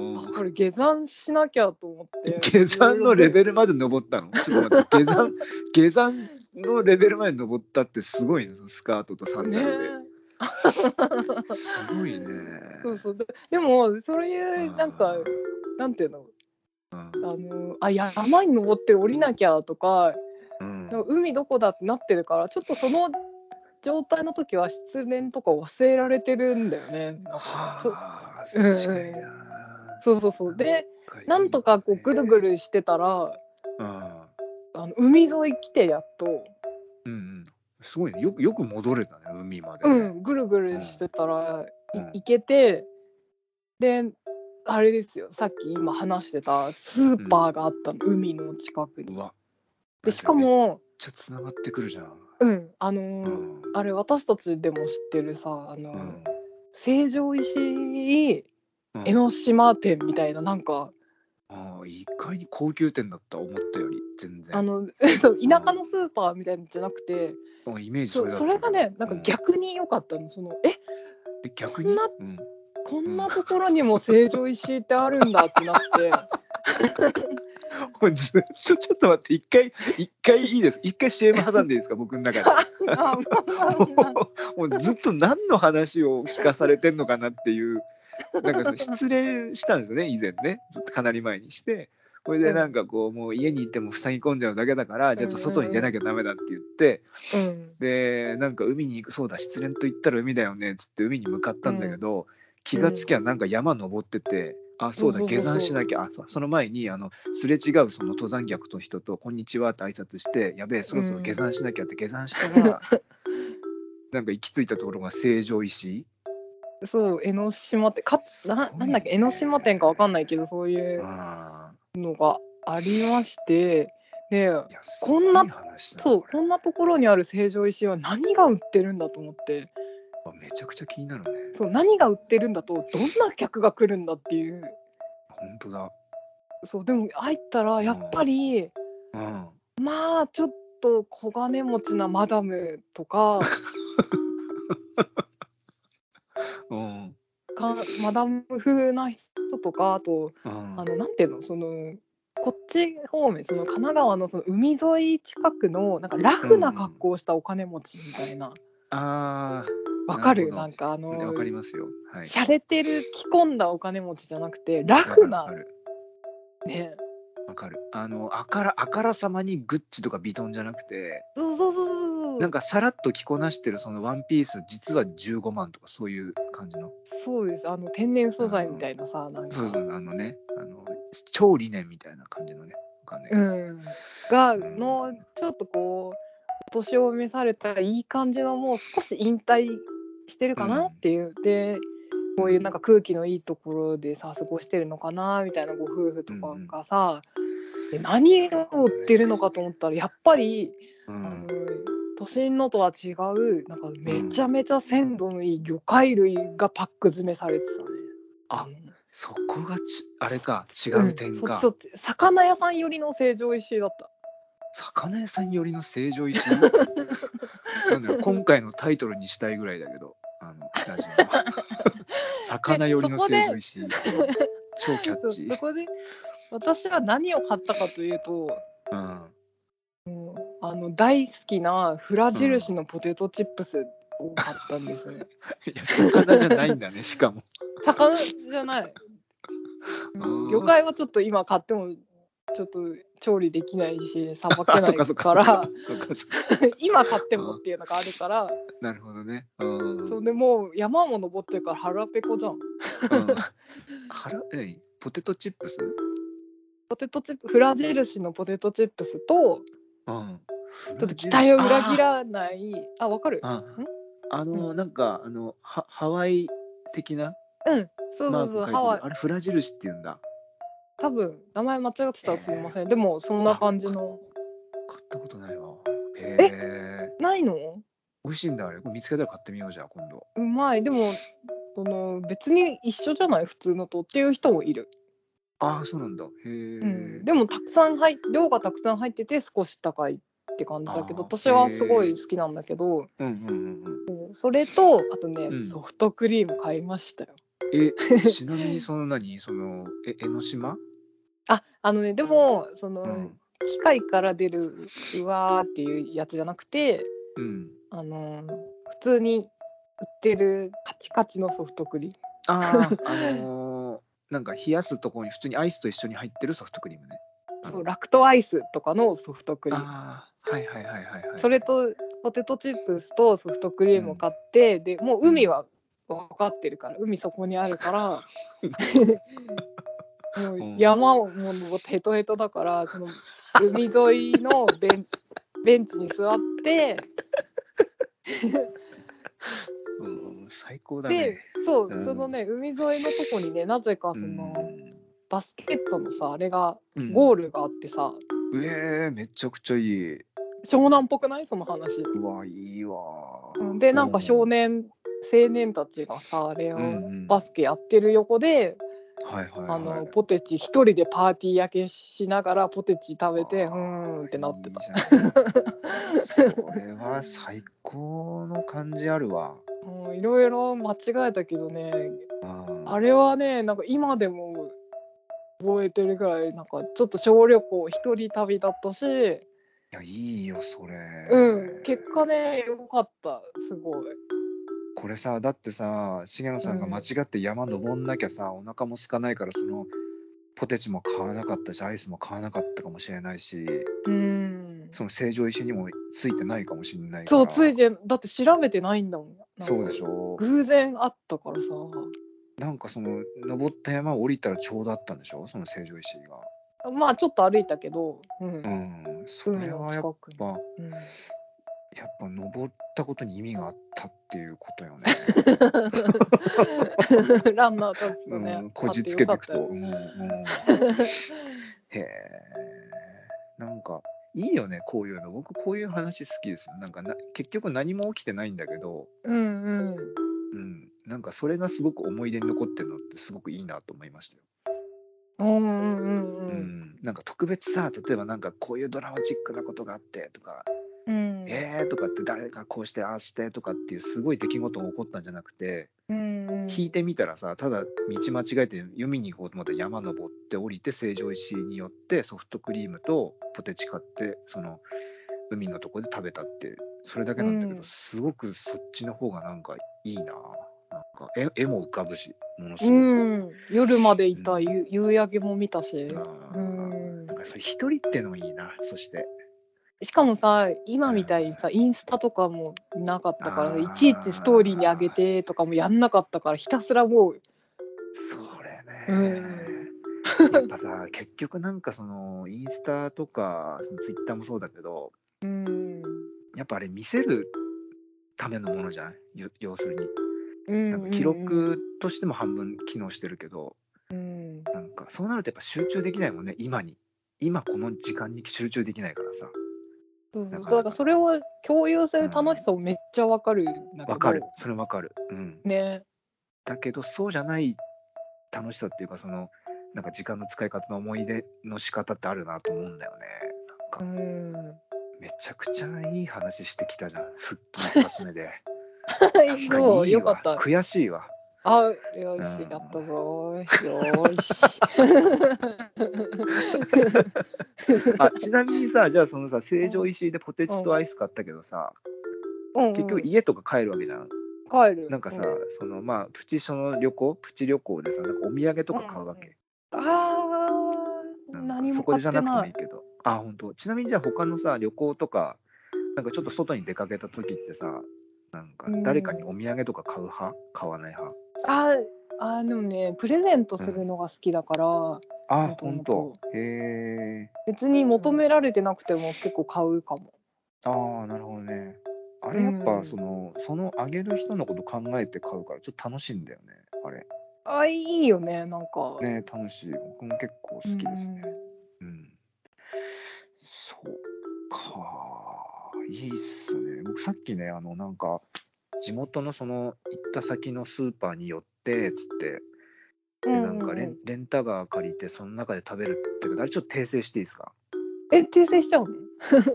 Speaker 1: ん
Speaker 2: あこれ下山しなきゃと思って
Speaker 1: 下山のレ
Speaker 2: ル
Speaker 1: ベルまで登った のちょっと待って下山下山のレベルまで登ったってすごいねそのスカートとサンダ
Speaker 2: ね
Speaker 1: ルで、すごいね。
Speaker 2: そうそうででもそういうなんか
Speaker 1: うん
Speaker 2: なんていうの
Speaker 1: うん
Speaker 2: あのあ山に登って降りなきゃとか
Speaker 1: うん
Speaker 2: なんか海どこだってなってるからちょっとその状態の時は失恋とか忘れられてるんだよね。なんかちょ
Speaker 1: はあ、
Speaker 2: うん
Speaker 1: 確かにな。
Speaker 2: そうそうそうでなんとかこうぐるぐ
Speaker 1: る。
Speaker 2: るしてたら
Speaker 1: うん
Speaker 2: あの海沿い来てやっと、
Speaker 1: うんうん。すごいね。よくよく戻れたね、海まで
Speaker 2: う
Speaker 1: ね。
Speaker 2: ん、ぐるぐるしてたらい
Speaker 1: うん
Speaker 2: 行けてであれですよさっき今話してたスーパーがあったの海の近くに。
Speaker 1: うわ。
Speaker 2: でしかも、
Speaker 1: めっちゃ繋がってくるじゃん。
Speaker 2: うん、あの
Speaker 1: う
Speaker 2: ー
Speaker 1: ん。
Speaker 2: あれ私たちでも知ってるさあの
Speaker 1: う
Speaker 2: ー
Speaker 1: ん
Speaker 2: 成城石井
Speaker 1: うん
Speaker 2: 江ノ島店みたいななんか
Speaker 1: ああ、意外に高級店だった、思ったより、全然。
Speaker 2: あの そう田舎のスーパーみたいなのじゃなくて
Speaker 1: うんイメージそ
Speaker 2: そう
Speaker 1: れだった
Speaker 2: それがねなんか、
Speaker 1: う
Speaker 2: 逆に良かったのそのえ
Speaker 1: え逆に
Speaker 2: な
Speaker 1: うん
Speaker 2: こんなところにも成城石井ってあるんだってなって
Speaker 1: これずっとちょっと待って、一回、一回いいです。一回 CM 挟んでいいですか、僕の中 で。
Speaker 2: あまあまあ まあ
Speaker 1: もうずっと何の話を聞かされてんのかなっていう、なん か失礼したんですよね、以前ね、ずっとかなり前にして、これでなんかこう、もう家にいても塞ぎ込んじゃうだけだから、ちょっと外に出なきゃダメだって言って、
Speaker 2: うん
Speaker 1: で、なんか海に行く、そうだ、失恋と言ったら海だよねっつって海に向かったんだけど、気がつきゃなんか山登ってて、あ、そうだ、
Speaker 2: そうそ
Speaker 1: 下
Speaker 2: うそうそう
Speaker 1: 山しなきゃ、あそその前にあのすれ違うその登山客と人と、こんにちはって挨拶して、やべえ、そろそろ
Speaker 2: うん
Speaker 1: 下山しなきゃって下山した ら、なんか行き着いたところが成城石井。
Speaker 2: そう江ノ島ってかななんだっけ江ノ島店かわかんないけどそういう
Speaker 1: あ
Speaker 2: のがありましてで
Speaker 1: ーいや
Speaker 2: こんな
Speaker 1: すごい話だな
Speaker 2: そう
Speaker 1: こ
Speaker 2: こんなところにある成城石井は何が売ってるんだと思って
Speaker 1: れめちゃくちゃ気になるね。
Speaker 2: そう何が売ってるんだとどんな客が来るんだっていう
Speaker 1: 本当だ。
Speaker 2: そうでも入ったらやっぱり
Speaker 1: うん。
Speaker 2: まあちょっと小金持ちなマダムとか
Speaker 1: うん。
Speaker 2: かマダム風な人とかあと
Speaker 1: うん
Speaker 2: あのなんていうのそのこっち方面その神奈川のその海沿い近くのなんかラフな格好をしたお金持ちみたいな
Speaker 1: あ
Speaker 2: わか
Speaker 1: な
Speaker 2: る
Speaker 1: るほど
Speaker 2: なんかあ
Speaker 1: あ、
Speaker 2: の
Speaker 1: わかりますよ。はい。
Speaker 2: 洒落てる着込んだお金持ちじゃなくてラフ
Speaker 1: わ
Speaker 2: な
Speaker 1: かる
Speaker 2: ね
Speaker 1: わかる。あの、あから、あからさまにグッチとかビトンじゃなくて、
Speaker 2: そうそうそうそうそ
Speaker 1: なん
Speaker 2: う
Speaker 1: かさらっと着こなしてるそのワンピース、実は15万とかそういう感じの。
Speaker 2: そうですあの天然素材みたいなさなんか
Speaker 1: そうそう、あのね、あの、超理念みたいな感じのね。わかんないけど
Speaker 2: うんが
Speaker 1: うん
Speaker 2: のちょっとこうお年を召されたいい感じのもう少し引退してるかなっていう、でこういうなんか空気のいいところでさ過ごしてるのかなみたいなご夫婦とかがさ、で何を売ってるのかと思ったらやっぱり、
Speaker 1: う
Speaker 2: あの
Speaker 1: ん。
Speaker 2: 都心のとは違うなんかめちゃめちゃ鮮度のいい魚介類がパック詰めされてたね。
Speaker 1: あ
Speaker 2: の
Speaker 1: そこがち、あれか、違
Speaker 2: う
Speaker 1: うん点
Speaker 2: そ
Speaker 1: か。
Speaker 2: そっち魚屋さん寄りの成城石井だった。
Speaker 1: 魚屋さん寄りの成城 石井なんだろう今回のタイトルにしたいぐらいだけど、あの、ラジオの 魚寄りの成城石井。超キャッ
Speaker 2: そう
Speaker 1: チ
Speaker 2: そ。こで私は何を買ったかというと
Speaker 1: うん。
Speaker 2: あの大好きなフラ印のポテトチップスを買ったんです ね。
Speaker 1: いや、魚じゃないん だね、しかも。
Speaker 2: 魚じゃない。
Speaker 1: うん
Speaker 2: 魚介はちょっと今買ってもちょっと調理できない しさばけ
Speaker 1: あ、
Speaker 2: な
Speaker 1: そ
Speaker 2: い
Speaker 1: っかそっか。
Speaker 2: か
Speaker 1: そ
Speaker 2: ら
Speaker 1: っかそっか
Speaker 2: 今買ってもっていうのがあるから
Speaker 1: なるほどね。うん。
Speaker 2: そ
Speaker 1: うん
Speaker 2: でもう山も登ってるから腹ペコじゃん。
Speaker 1: ん腹、え、ポテトチップス。
Speaker 2: ポテトチップフラ印のポテトチップスと
Speaker 1: うん。ちょ
Speaker 2: ちょっと期待を裏切。らないあわかる
Speaker 1: あー、ああの、なんか、あの、ハ、ハワイ的な。
Speaker 2: うんそう
Speaker 1: マ
Speaker 2: そ
Speaker 1: ー
Speaker 2: う
Speaker 1: ク書い
Speaker 2: そう
Speaker 1: て
Speaker 2: ハワイ
Speaker 1: る。あれ、フラ印って言うんだ。
Speaker 2: 多分名前間違ってたらすみません、でもそんな感じの
Speaker 1: 買ったことないわ。へえ。
Speaker 2: ないの
Speaker 1: 美味しいんだ、あれ、これ見つけたら買ってみようじゃん、今度。
Speaker 2: うまいでもその別に一緒じゃない普通のとっていう人もいる、
Speaker 1: ああ、そうなんだ。へえ。
Speaker 2: うん、でもたくさん入っ量がたくさん入ってて少し高いって感じだけ
Speaker 1: あー
Speaker 2: ど私はすごい好きなんだけど
Speaker 1: うんうんうんうん。
Speaker 2: それとあとね、
Speaker 1: うん
Speaker 2: ソフトクリーム買いましたよ
Speaker 1: え、ちなみにその何そのえ江ノ島、
Speaker 2: ああのねでもその、
Speaker 1: うん、
Speaker 2: 機械から出るうわーっていうやつじゃなくて
Speaker 1: うん。
Speaker 2: あの普通にってるカチカチのソフトクリーム
Speaker 1: ああ、 あのーなんか冷やすところに普通にアイスと一緒に入ってるソフトクリームね。あ
Speaker 2: そうラクトアイスとかのソフトクリーム
Speaker 1: ああ、はいはいはいはい、はい。
Speaker 2: それとポテトチップスとソフトクリームを買って、でもう海は分かってるから海そこにあるからもう山をもう登ってヘトヘトだからその海沿いのベン ベンチに座って
Speaker 1: うん、最高だ
Speaker 2: で
Speaker 1: ね。
Speaker 2: そう、
Speaker 1: うん
Speaker 2: そのね海沿いのとこにねなぜかその、バスケットのさあれが
Speaker 1: うん
Speaker 2: ゴールがあってさ、
Speaker 1: うん、えー、めちゃくちゃいい。
Speaker 2: 湘南っぽくないその話。
Speaker 1: うわ、いいわ。
Speaker 2: でなん
Speaker 1: う
Speaker 2: か
Speaker 1: ん
Speaker 2: 少年青年たちがさあれを
Speaker 1: うんうん
Speaker 2: バスケやってる横で、
Speaker 1: はいはい、はい。
Speaker 2: あのポテチ一人でパーティー焼けしながらポテチ食べてうーんってなってた。
Speaker 1: いいじゃんそれは最高の感じあるわ。
Speaker 2: もういろいろ間違えたけどね
Speaker 1: うん
Speaker 2: あれはねなんか今でも覚えてるぐらいなんかちょっと小旅行一人旅だったし、
Speaker 1: いやいいよそれ。
Speaker 2: うん結果ね良かったすごい。
Speaker 1: これさだってさ重野さんが間違って山登んなきゃさ、お腹も空かないからそのポテチも買わなかったしアイスも買わなかったかもしれないし
Speaker 2: うん
Speaker 1: その成城石井にもついてないかもしれないから
Speaker 2: そうついてだって調べてないんだもん。なんか
Speaker 1: そうでしょ
Speaker 2: 偶然あったからさ
Speaker 1: なんかその登った山を降りたらちょうどあったんでしょその成城石井が。
Speaker 2: まあちょっと歩いたけど、うん
Speaker 1: うんそ
Speaker 2: 海
Speaker 1: れ
Speaker 2: の
Speaker 1: はやっ
Speaker 2: 近くに。
Speaker 1: ぱ
Speaker 2: うん
Speaker 1: やっぱ登ったことに意味があったっていうことよね。
Speaker 2: ランナーたちとね、
Speaker 1: うん、こじつけていくと。
Speaker 2: 勝
Speaker 1: うんうん
Speaker 2: ってよかったよ。
Speaker 1: へえ。なんか、いいよね、こういうの。僕、こういう話好きですよ。なんかな、結局何も起きてないんだけど、
Speaker 2: うんうん。
Speaker 1: うん、なんかそれがすごく思い出に残ってるのってすごくいいなと思いましたよ。
Speaker 2: うんうん
Speaker 1: う
Speaker 2: うんうん。
Speaker 1: ん、なんか特別さ、例えばなんかこういうドラマチックなことがあってとか、
Speaker 2: うん
Speaker 1: えーとかって誰がこうしてああしてとかっていうすごい出来事が起こったんじゃなくて、
Speaker 2: うんうん
Speaker 1: 聞いてみたらさ、ただ道間違えて読みに行こうと思って山登って降りて成城石井に寄ってソフトクリームとポテチ買ってその海のとこで食べたってそれだけなんだけど、
Speaker 2: うん
Speaker 1: すごくそっちの方がなんかいいな。なんか絵絵も浮かぶし、ものすごく。
Speaker 2: うん、夜までいた、ゆ夕焼けも見たし、
Speaker 1: あ
Speaker 2: う
Speaker 1: ー
Speaker 2: ん
Speaker 1: な、んかそれ一人ってのもいいな、そして。
Speaker 2: しかもさ今みたいにさインスタとかもなかったから
Speaker 1: あ
Speaker 2: い
Speaker 1: ー
Speaker 2: ちいちストーリーにあげてとかもやんなかったからひたすらもう
Speaker 1: それね。
Speaker 2: うん
Speaker 1: やっぱさ、結局なんかそのインスタとかそのツイッターもそうだけど、
Speaker 2: うん、
Speaker 1: やっぱあれ見せるためのものじゃないよ要するに
Speaker 2: うん
Speaker 1: なんか記録としても半分機能してるけど、
Speaker 2: うん
Speaker 1: なんかそうなるとやっぱ集中できないもんね今に今この時間に集中できないからさ
Speaker 2: そうそう
Speaker 1: なかな
Speaker 2: そ
Speaker 1: か
Speaker 2: うだからそれを共有する楽しさもめっちゃわかるんだけど
Speaker 1: わかるそれわかる、うん、
Speaker 2: ね
Speaker 1: だけどそうじゃない楽しさっていうかそのなんか時間の使い方の思い出の仕方ってあるなと思うんだよね
Speaker 2: う
Speaker 1: なんか
Speaker 2: ん
Speaker 1: めちゃくちゃいい話してきたじゃん復帰一発 目でなん
Speaker 2: そ
Speaker 1: いうい
Speaker 2: よか
Speaker 1: わ
Speaker 2: った
Speaker 1: 悔しいわ
Speaker 2: あよし
Speaker 1: うん
Speaker 2: やったぞよーし
Speaker 1: あちなみにさじゃあそのさ成城石井でポテチとアイス買ったけどさ、
Speaker 2: うんうん
Speaker 1: 結局家とか帰るわけじゃん、
Speaker 2: 帰る
Speaker 1: なんかさ、
Speaker 2: う
Speaker 1: そのまあプチその旅行プチ旅行でさなんかお土産とか買うわけ、
Speaker 2: あー
Speaker 1: なんか
Speaker 2: 何
Speaker 1: そ
Speaker 2: も
Speaker 1: こ
Speaker 2: 買っ
Speaker 1: じゃ
Speaker 2: て
Speaker 1: なくても
Speaker 2: ない
Speaker 1: い
Speaker 2: い
Speaker 1: けどあ本当ちなみにじゃあ他のさ旅行とかなんかちょっと外に出かけた時ってさなんか誰かにお土産とか買う派買わない派
Speaker 2: あーあーでもねプレゼントするのが好きだから、
Speaker 1: あ
Speaker 2: 本当
Speaker 1: 本当へえ
Speaker 2: 別に求められてなくても結構買うかも
Speaker 1: ああなるほどねあれやっぱ
Speaker 2: うん
Speaker 1: その、そのあげる人のこと考えて買うからちょっと楽しいんだよねあれ
Speaker 2: あーいいよねなんか
Speaker 1: ね楽しい僕も結構好きですねうんそうかいいっすね僕さっきねあのなんか地元のその行った先のスーパーに寄ってつって
Speaker 2: う
Speaker 1: で
Speaker 2: ん
Speaker 1: なんかレ
Speaker 2: うんう
Speaker 1: ン
Speaker 2: ん
Speaker 1: レンタカー借りてその中で食べるってことあれちょっと訂正していいですか、
Speaker 2: え訂正しちゃう
Speaker 1: う
Speaker 2: の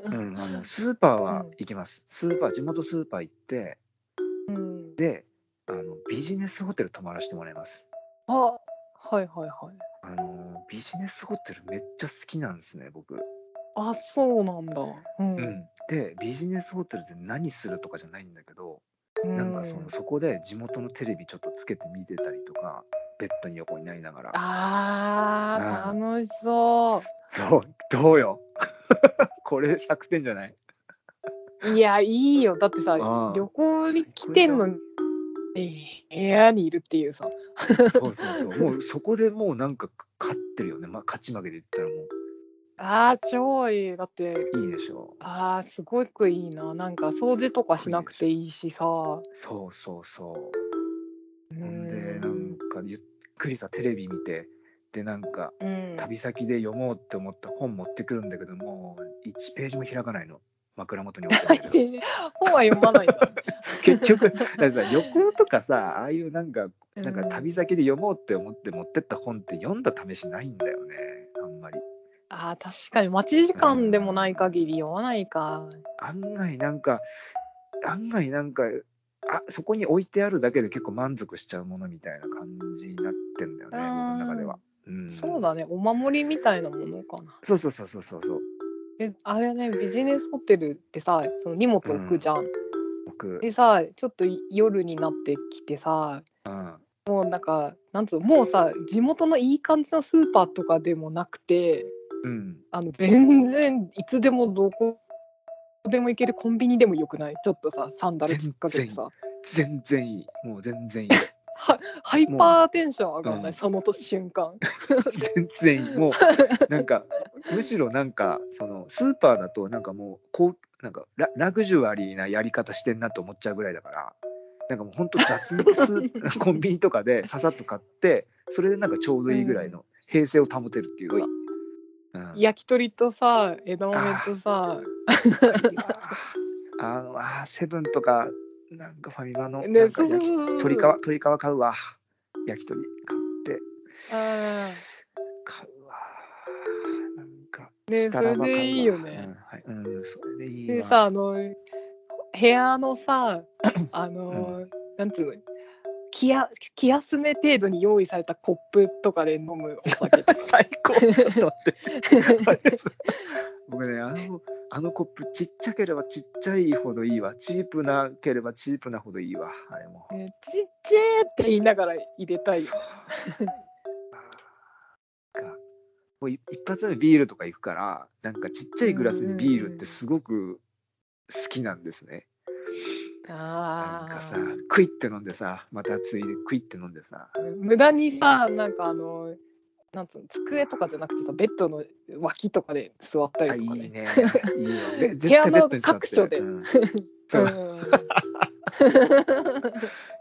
Speaker 1: ん、あのスーパーは
Speaker 2: うん
Speaker 1: 行きますスーパー地元スーパー行って
Speaker 2: うん
Speaker 1: であのビジネスホテル泊まらせてもらいます
Speaker 2: あはいはいはい
Speaker 1: あのビジネスホテルめっちゃ好きなんですね僕
Speaker 2: あそうなんだうん
Speaker 1: うん、でビジネスホテルで何するとかじゃないんだけどなんかそのそこで地元のテレビちょっとつけて見てたりとかベッドに横になりながら
Speaker 2: あ
Speaker 1: う
Speaker 2: ー楽しそ
Speaker 1: そうどうよ これ100点じゃないう
Speaker 2: いやいいよだってさ
Speaker 1: うん
Speaker 2: 旅行に来てんのにえー部屋にいるっていうさ
Speaker 1: そうそうそう もうそこでもうなんか勝ってるよね、まあ、勝ち負けで言ったらも
Speaker 2: あー超いいだって
Speaker 1: ういいでしょう
Speaker 2: あーすごくいいななんか掃除とかしなくていいしさ
Speaker 1: そうそうそううほん
Speaker 2: ん
Speaker 1: でなんかゆっくりさテレビ見てでなんか
Speaker 2: うん
Speaker 1: 旅先で読もうって思った本持ってくるんだけどもう1ページも開かないの枕元に置いてあるんだ けど
Speaker 2: で本は読まないんだ
Speaker 1: 結局だからさ旅行とかさああいうなんか
Speaker 2: うん
Speaker 1: なんか旅先で読もうって思って持ってった本って読んだ試しないんだよねあんまり
Speaker 2: あー確かに待ち時間でもない限り読まないか
Speaker 1: 案外なんか案外なんかあそこに置いてあるだけで結構満足しちゃうものみたいな感じになってんだよね僕の中では、うん、
Speaker 2: そうだねお守りみたいなものかな
Speaker 1: そうそうそうそうそうそう
Speaker 2: であれねビジネスホテルってさその荷物置くじゃん、
Speaker 1: 僕
Speaker 2: でさちょっと夜になってきてさ
Speaker 1: うん
Speaker 2: もうなんかなんつうのもうさ地元のいい感じのスーパーとかでもなくて
Speaker 1: うん
Speaker 2: あの全然いつでもどこでも行けるコンビニでもよくないちょっとさサンダルつっかけてさ
Speaker 1: 全然いいもう全然いい
Speaker 2: ハイパーテンション上がん
Speaker 1: もうう
Speaker 2: ない、
Speaker 1: ん
Speaker 2: そのと瞬間
Speaker 1: 全然いいもうなんかむしろなんかそのスーパーだとなんかもうこうなんかララグジュアリーなやり方してんなと思っちゃうぐらいだからなんかもうほんと雑にスーコンビニとかでささっと買ってそれでなんかちょうどいいぐらいの平静を保てるっていうか、うん
Speaker 2: 焼き鳥とさ枝豆とさ
Speaker 1: あのあーセブンとかなんかファミマのな
Speaker 2: ね
Speaker 1: んか
Speaker 2: そうそう
Speaker 1: 焼き
Speaker 2: そう
Speaker 1: 鳥皮鳥皮買うわ焼き鳥買って
Speaker 2: あー
Speaker 1: 買うわなんか
Speaker 2: ね
Speaker 1: したらば
Speaker 2: それでいいよね
Speaker 1: 買うわうんはいうん、それでいいわ
Speaker 2: でさあの部屋の さあの、なんつうの気や気休め程度に用意されたコップとかで飲む お酒とか
Speaker 1: 最 高ちょっと待って僕ねあのあのコップちっちゃければちっちゃいほどいいわチープなければチープなほどいいわあれも
Speaker 2: ねちっちゃーって言いながら入れたいよ
Speaker 1: そうなんかもうい一発目ビールとか行くからなんかちっちゃいグラスにビールってすごく好きなんですね、
Speaker 2: あ
Speaker 1: なん
Speaker 2: ー
Speaker 1: かさクイって飲んでさまたついでクイって飲んでさ
Speaker 2: 無駄にさなんかあのなんつうの机とかじゃなくてさベッドの脇とかで座った
Speaker 1: あい
Speaker 2: り
Speaker 1: い
Speaker 2: とかね
Speaker 1: ねいいよで絶
Speaker 2: 部屋
Speaker 1: 対ベッ
Speaker 2: の
Speaker 1: ドに座って
Speaker 2: 各所で
Speaker 1: うん
Speaker 2: う
Speaker 1: そうん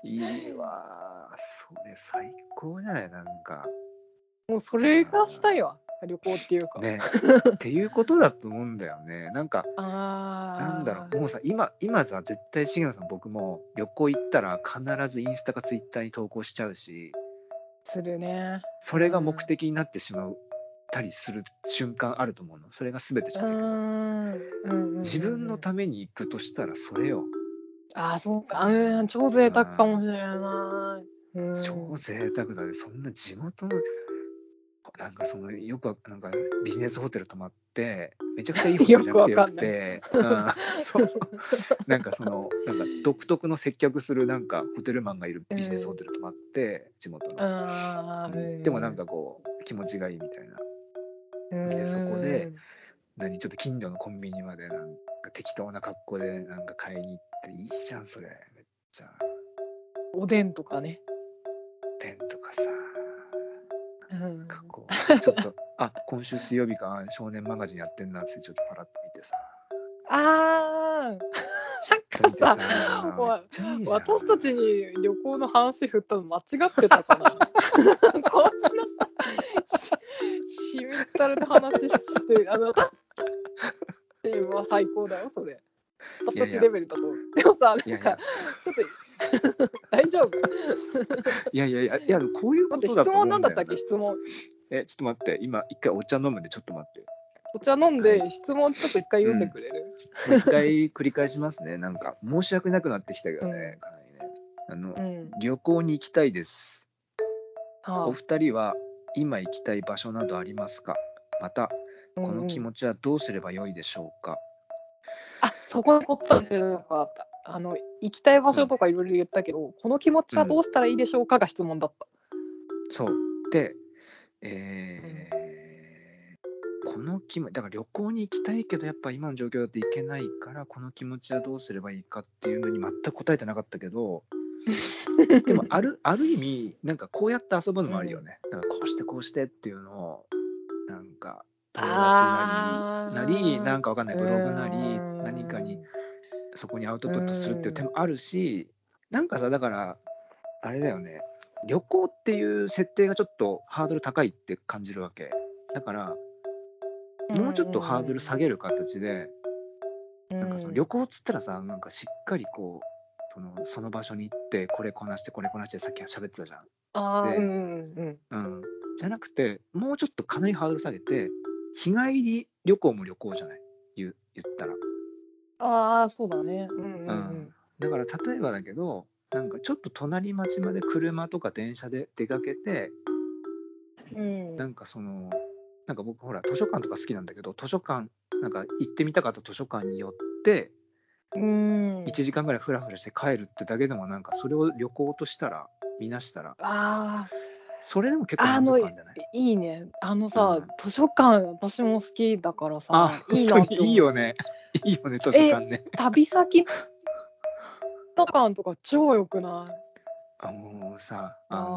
Speaker 1: いいわーそれ最高じゃないなん か
Speaker 2: もうそれがしたいわ旅行っていうか、
Speaker 1: ねっていうことだと思うんだよねなんか
Speaker 2: ああ
Speaker 1: なんだろうもうさ今今さ絶対重野さん僕も旅行行ったら必ずインスタかツイッターに投稿しちゃうし
Speaker 2: するね
Speaker 1: それが目的になってしまうたりする瞬間あると思うのそれが全てじ
Speaker 2: う
Speaker 1: ゃないけど
Speaker 2: んうんうんうん
Speaker 1: 自分のために行くとしたらそれよ
Speaker 2: ああそうかうん超贅沢かもしれない、うん、
Speaker 1: 超贅沢だねそんな地元のなんかそのよくわなんかビジネスホテル泊まってめちゃくちゃいいホテルじゃなくてよくてうんそう なんかそのなんか独特の接客するなんかホテルマンがいるビジネスホテル泊まって地元の、
Speaker 2: あー
Speaker 1: でもなんかこう気持ちがいいみたいなでそこで何ちょっと近所のコンビニまでなんか適当な格好でなんか買いに行っていいじゃんそれめっちゃ
Speaker 2: うんおでんとかね、
Speaker 1: 店とかさ
Speaker 2: うん
Speaker 1: なんかこうちょっとあ今週水曜日かあ少年マガジンやってんなってちょっとパラッと見てさ
Speaker 2: ああ
Speaker 1: なん
Speaker 2: かさおい私
Speaker 1: 私
Speaker 2: たちに旅行の話振ったの間違ってたか なこんなさししみったれた話してあの私たちは最高だよそれ私た
Speaker 1: いやい
Speaker 2: ち
Speaker 1: や
Speaker 2: レベルだと思うでもさなんか
Speaker 1: いやいや
Speaker 2: ちょっと 大丈夫
Speaker 1: いやいやいやいやでもこういうこ
Speaker 2: 待っ
Speaker 1: と
Speaker 2: て質
Speaker 1: だと思う
Speaker 2: 問
Speaker 1: んだよ、ね、
Speaker 2: なんだったっけ質問
Speaker 1: えちょっと待って今一回お茶飲むんでちょっと待って
Speaker 2: お茶飲んで、
Speaker 1: は
Speaker 2: 質問ちょっと一回読んでくれる、
Speaker 1: もう一回繰り返しますねなんか申し訳なくなってきたけどね、
Speaker 2: うん
Speaker 1: かなりねあの、
Speaker 2: うん
Speaker 1: 旅行に行きたいです
Speaker 2: あ
Speaker 1: お二人は今行きたい場所などありますかまた
Speaker 2: あ
Speaker 1: この気
Speaker 2: うんうん
Speaker 1: 持ちはどうすればよいでしょうか、
Speaker 2: あそこに答えてなかったあの行きたい場所とかいろいろ言ったけど、この気持ちはどうしたらいいでしょうかが質問だった。
Speaker 1: そうで、えーこの気持だから旅行に行きたいけどやっぱ今の状況だと行けないからこの気持ちはどうすればいいかっていうのに全く答えてなかったけどで もあるある意味なんかこうやって遊ぶのもあるよね、なんかこうしてこうしてっていうのをなんか友達
Speaker 2: あー
Speaker 1: なりなりなんかわかんないブログなり
Speaker 2: うん
Speaker 1: 何かにそこにアウトプットするっていう手もあるし、なんかさだからあれだよね旅行っていう設定がちょっとハードル高いって感じるわけだからもうちょっとハードル下げる形で、
Speaker 2: な
Speaker 1: なんかその旅行っつったらさなんかしっかりこうそのその場所に行ってこれこなしてこれこなしてさっき喋ってたじ
Speaker 2: あー
Speaker 1: で
Speaker 2: うんうん
Speaker 1: ゃん、うん、じゃなくてもうちょっとかなりハードル下げて日帰り旅行も旅行じゃない言う言ったら
Speaker 2: ああそうだね。うんう
Speaker 1: う
Speaker 2: んう
Speaker 1: んんだから例えばだけどなんかちょっと隣町まで車とか電車で出かけて
Speaker 2: うん
Speaker 1: なんかそのなんか僕ほら図書館とか好きなんだけど図書館なんか行ってみたかった図書館に寄って
Speaker 2: うん
Speaker 1: 1時間ぐらいフラフラして帰るってだけでもなんかそれを旅行としたら見なしたら
Speaker 2: あー
Speaker 1: それでも結構
Speaker 2: あ
Speaker 1: 満
Speaker 2: の
Speaker 1: 足
Speaker 2: い
Speaker 1: 感じゃない
Speaker 2: いいねあの
Speaker 1: う
Speaker 2: さ、
Speaker 1: ん
Speaker 2: 図書館私も好きだから
Speaker 1: あ
Speaker 2: さい
Speaker 1: 本
Speaker 2: い
Speaker 1: 当
Speaker 2: なっ
Speaker 1: に
Speaker 2: て思う
Speaker 1: いいよね いいよね図書館ね
Speaker 2: 旅先とかとか超良くない
Speaker 1: あのーさ
Speaker 2: あー
Speaker 1: あ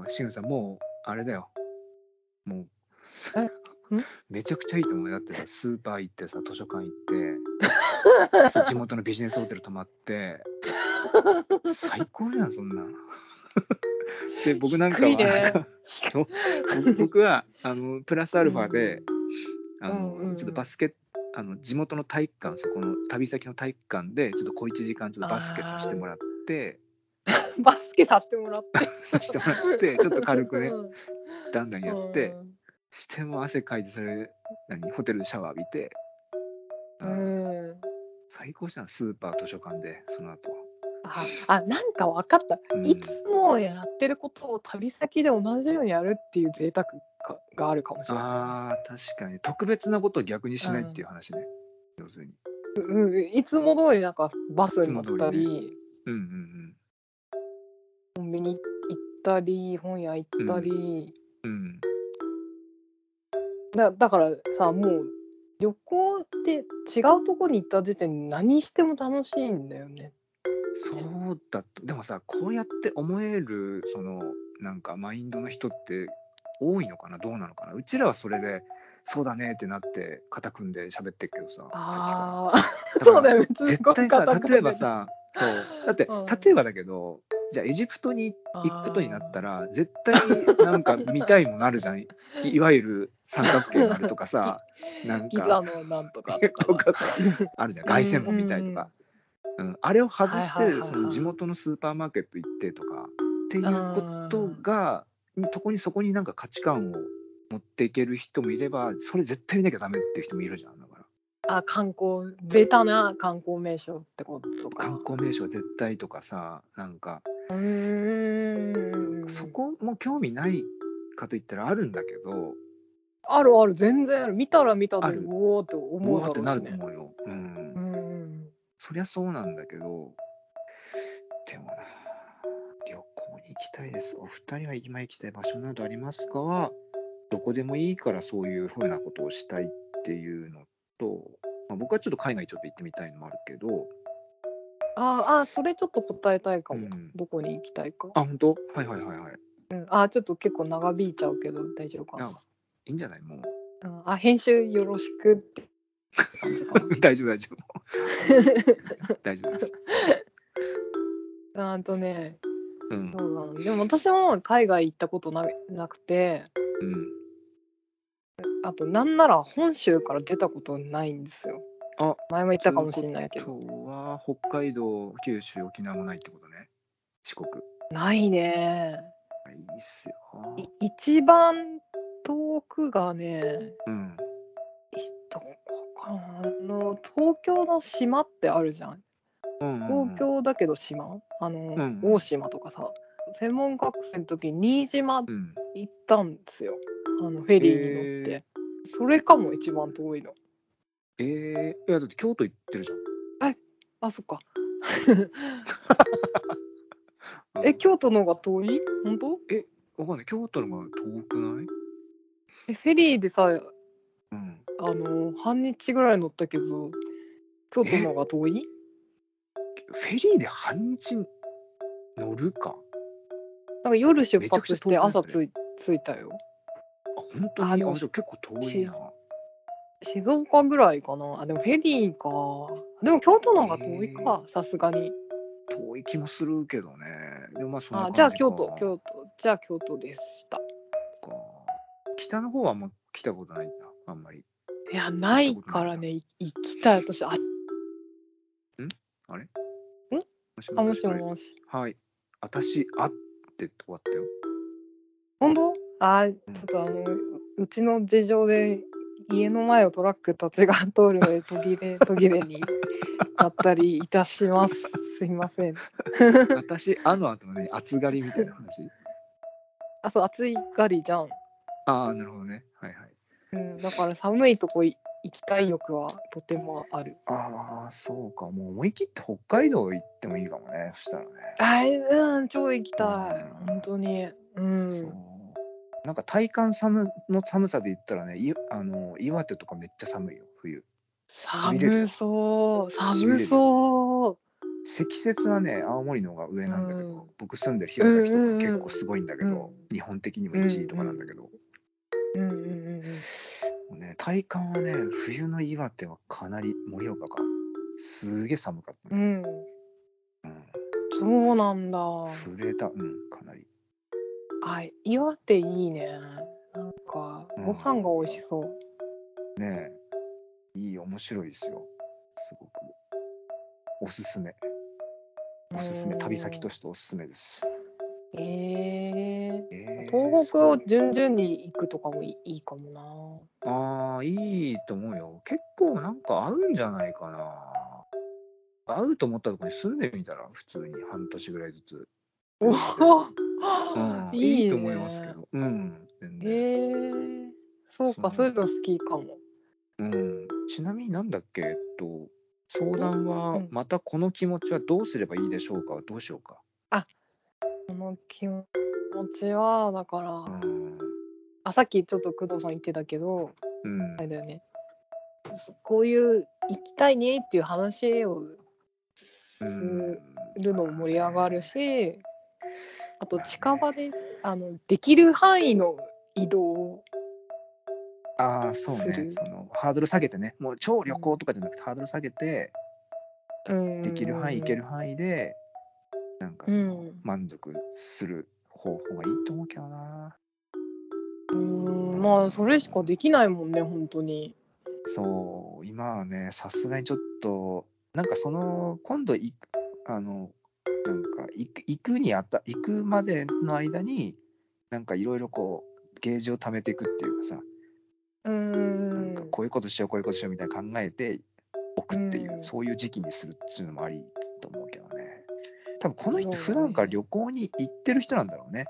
Speaker 1: のーしぐさんもうあれだよもう
Speaker 2: えん
Speaker 1: めちゃくちゃいいと思うよだってさスーパー行ってさ図書館行 ってさ地元のビジネスホテル泊まって最高やんそん なんで僕なんかは
Speaker 2: 低いね
Speaker 1: そう僕僕はあのプラスアルファで、あの
Speaker 2: うんうん
Speaker 1: ちょっとバスケあの地元の体育館そこの旅先の体育館でちょっと小1時間ちょっとバスケさせてもらって
Speaker 2: バスケさせてもらって
Speaker 1: してもらってちょっと軽くね
Speaker 2: うん
Speaker 1: だんだんやって、
Speaker 2: うん
Speaker 1: しても汗かいてそれ何ホテルでシャワー浴びて、
Speaker 2: うん
Speaker 1: 最高じゃんスーパー図書館でその後
Speaker 2: ああなんか分かった、
Speaker 1: うん
Speaker 2: いつもやってることを旅先で同じようにやるっていう贅沢かがあるかもしれな
Speaker 1: あー確かに特別なことを逆にしないっていう話ね、要するに
Speaker 2: い、うん、いつも通りなんかバスに乗った
Speaker 1: いつ
Speaker 2: り、
Speaker 1: もうんうんうん
Speaker 2: コンビニ行ったり本屋行ったり、
Speaker 1: うん、
Speaker 2: だだからさもう旅行って違うとこに行った時点で何しても楽しいんだよね。
Speaker 1: そうだとでもさこうやって思えるそのなんかマインドの人って多いのかなどうなのかなうちらはそれで「そうだね」ってなって肩組んで喋ってっけどささ
Speaker 2: ああ
Speaker 1: っきから
Speaker 2: そうだ
Speaker 1: から
Speaker 2: よねすご
Speaker 1: 絶
Speaker 2: い
Speaker 1: 対
Speaker 2: 肩
Speaker 1: さ
Speaker 2: が出て
Speaker 1: 例えばさそうだって、
Speaker 2: うん
Speaker 1: 例えばだけどじゃあエジプトに行くことになったら絶対なんか見たいもなる じゃんいいわゆる三角形のあるとかさなん
Speaker 2: ギザ
Speaker 1: か
Speaker 2: のなんとか
Speaker 1: と
Speaker 2: とか
Speaker 1: かさあるじゃん凱旋門みたいとか、うん、あれを外し
Speaker 2: はいはいは
Speaker 1: て
Speaker 2: いはい
Speaker 1: その地元のスーパーマーケット行ってとかっていうことがとこにそこになんか価値観を持っていける人もいればそれ絶対見なきゃダメっていう人もいるじゃんだから
Speaker 2: あ観光ベタな観光名所ってこと
Speaker 1: 観
Speaker 2: か。
Speaker 1: 光名所は絶対とかさなんか
Speaker 2: うーん
Speaker 1: そこも興味ないかといったらあるんだけど
Speaker 2: あるある全然ある見たら見た
Speaker 1: あ
Speaker 2: で
Speaker 1: る
Speaker 2: うおーって思
Speaker 1: ボ
Speaker 2: う
Speaker 1: ワー
Speaker 2: だ
Speaker 1: って
Speaker 2: ろ
Speaker 1: な
Speaker 2: う
Speaker 1: る
Speaker 2: し
Speaker 1: と
Speaker 2: ね。
Speaker 1: 思うよ、うん
Speaker 2: うんうん
Speaker 1: そりゃそうなんだけどでもな旅行に行きたいですお二人は今行きたい場所などありますかはどこでもいいからそういうふうなことをしたいっていうのと、まあ、僕はちょっと海外ちょっと行ってみたいのもあるけど
Speaker 2: あーあーそれちょっと答えたいかも、
Speaker 1: うん
Speaker 2: どこに行きたいか。
Speaker 1: あ本当はいはいはいはい
Speaker 2: うん、あちょっと結構長引いちゃうけど大丈夫かな。
Speaker 1: あいいんじゃない もう
Speaker 2: うんあ編集よろしくって感じかな
Speaker 1: 大丈夫大丈 夫大丈夫です、
Speaker 2: あとね
Speaker 1: うん
Speaker 2: どうなのでも私も海外行ったことななくて
Speaker 1: うん、
Speaker 2: あとなんなら本州から出たことないんですよ。
Speaker 1: あ
Speaker 2: 前も言ったかもしれないけど
Speaker 1: 今日は北海道九州沖縄もないってことね四国
Speaker 2: ないね
Speaker 1: いいっすよ、
Speaker 2: い一番遠くがね
Speaker 1: うん、
Speaker 2: えっとここかなあの東京の島ってあるじゃん
Speaker 1: うんうんうん
Speaker 2: 東京だけど島あの、
Speaker 1: ん
Speaker 2: 大島とかさ専門学生の時に新島
Speaker 1: うん
Speaker 2: 行ったんですよあのフェリーに乗って、
Speaker 1: へ
Speaker 2: それかも一番遠いの
Speaker 1: えー、いやだって京都行ってるじゃん
Speaker 2: あそっか
Speaker 1: うん
Speaker 2: え、京都の方が遠い本当
Speaker 1: わかんない。京都の方が遠くない
Speaker 2: え、フェリーでさ、あ
Speaker 1: うん。
Speaker 2: の、半日ぐらい乗ったけど、京都の方が遠い
Speaker 1: フェリーで半日乗るか。
Speaker 2: なんか夜出
Speaker 1: め
Speaker 2: 発して
Speaker 1: ちゃくちゃ遠
Speaker 2: 朝
Speaker 1: くな
Speaker 2: つ
Speaker 1: い
Speaker 2: い着いたよ。
Speaker 1: あ、本当
Speaker 2: あ
Speaker 1: に
Speaker 2: で
Speaker 1: あ、
Speaker 2: も
Speaker 1: じゃあ結構遠いな。
Speaker 2: 静岡ぐらいかな。あ、でもフェリーか。でも京都の方が遠い
Speaker 1: へ
Speaker 2: か、さすがに。
Speaker 1: 遠い気もするけどね。でもまあそんな
Speaker 2: あ、
Speaker 1: 感
Speaker 2: じゃあ
Speaker 1: か
Speaker 2: 京都、京都、じゃあ京都でした。
Speaker 1: か北の方はあんま来たことないんだ、あんまり。
Speaker 2: いや、ないからね、い行きたい。私、あ、
Speaker 1: もしも
Speaker 2: あも
Speaker 1: し
Speaker 2: しもし。
Speaker 1: はい。私、あって終わった よ。
Speaker 2: 本当あ、ちょっとあの、うちの事情で、家の前をトラックたちが通るので途切 れ途切れになったりいたします。すいません。
Speaker 1: 私、あの後のね、暑がりみたいな話。
Speaker 2: あ、そう、暑いがりじゃん。
Speaker 1: ああ、なるほどね。はいはい。
Speaker 2: うん、だから寒いとこい行きたい欲はとてもある。
Speaker 1: ああ、そうか。もう思い切って北海道行ってもいいかもね。そしたらね。
Speaker 2: あーうん、超行きた
Speaker 1: うん
Speaker 2: い。本当に。う
Speaker 1: そ
Speaker 2: ん。
Speaker 1: うなんか体感寒の寒さで言ったらね、いあの岩手とかめっちゃ寒いよ、冬。しびれるよ
Speaker 2: 寒そう。
Speaker 1: しびれる
Speaker 2: 寒そう。
Speaker 1: 積雪はね、青森の方が上なんだけど、
Speaker 2: うん
Speaker 1: 僕住んでる弘前とか
Speaker 2: うんうんうん
Speaker 1: 結構すごいんだけど、
Speaker 2: うん
Speaker 1: 日本的にも1位とかなんだけど、
Speaker 2: うんうんうんうん。
Speaker 1: もうね、体感はね、冬の岩手はかなり、盛岡か、すげえ寒かった
Speaker 2: う
Speaker 1: ね、
Speaker 2: ん、
Speaker 1: うん
Speaker 2: そうなんだ。
Speaker 1: 震えた、うん、かなり。
Speaker 2: あ、岩手いいね。なんか
Speaker 1: うん
Speaker 2: ご飯が美味しそう。
Speaker 1: ねえ、いい、面白いですよ、すごく。おすすめ、おすすめ、
Speaker 2: うん
Speaker 1: 旅先としておすすめです。
Speaker 2: ええ
Speaker 1: えー
Speaker 2: 東
Speaker 1: す
Speaker 2: 北
Speaker 1: ご
Speaker 2: を
Speaker 1: い
Speaker 2: 順々に行くとかもいいいいかも
Speaker 1: ああ、いいと思うよ。結構なんか合うんじゃないかな。合うと思ったところに住んでみたら、普通に半年ぐらいずつ。
Speaker 2: な。お
Speaker 1: うん、
Speaker 2: お、
Speaker 1: いい
Speaker 2: ね
Speaker 1: と思いますけ。ど。うん、全
Speaker 2: え
Speaker 1: 然
Speaker 2: ー、そう
Speaker 1: そ
Speaker 2: か、
Speaker 1: う
Speaker 2: そういうの好きかも。
Speaker 1: うん。ちなみになんだっけ、えっと、相談
Speaker 2: う
Speaker 1: は
Speaker 2: ん、
Speaker 1: またこの気持ちはどうすればいいでしょうか、どうしようか。
Speaker 2: この気持ちは、だから、
Speaker 1: うん。
Speaker 2: あ、さっきちょっと工藤さん言ってたけど、
Speaker 1: うん
Speaker 2: あれだよね。そこういう行きたいねっていう話をす
Speaker 1: うん
Speaker 2: るのも盛り上がるし、あと
Speaker 1: まあね
Speaker 2: 近場で、あのできる範囲の移動を、
Speaker 1: ああ、そう
Speaker 2: す
Speaker 1: ね。
Speaker 2: る
Speaker 1: そのハードル下げてね、もう超旅行とかじゃなくて、ハードル下げて、
Speaker 2: うん
Speaker 1: できる範囲、行ける範囲で、なんかその
Speaker 2: うん
Speaker 1: 満足する方法がいいと思うけどな。
Speaker 2: うんまあそれしかできないもんね本当に。
Speaker 1: そう、今はね、さすがにちょっと、なんかその、今度行く、あの、なんか行く行くにあた、行くまでの間に、なんかいろいろこう、ゲージを貯めていくっていうかさ、
Speaker 2: う
Speaker 1: なん
Speaker 2: ん
Speaker 1: かこういうことしよう、こういうことしようみたいな考えておくっていう、
Speaker 2: うん
Speaker 1: そういう時期にするっていうのもありと思うけどね。多分この人、
Speaker 2: そ
Speaker 1: 普
Speaker 2: うだね
Speaker 1: 段から旅行に行ってる人なんだろうね。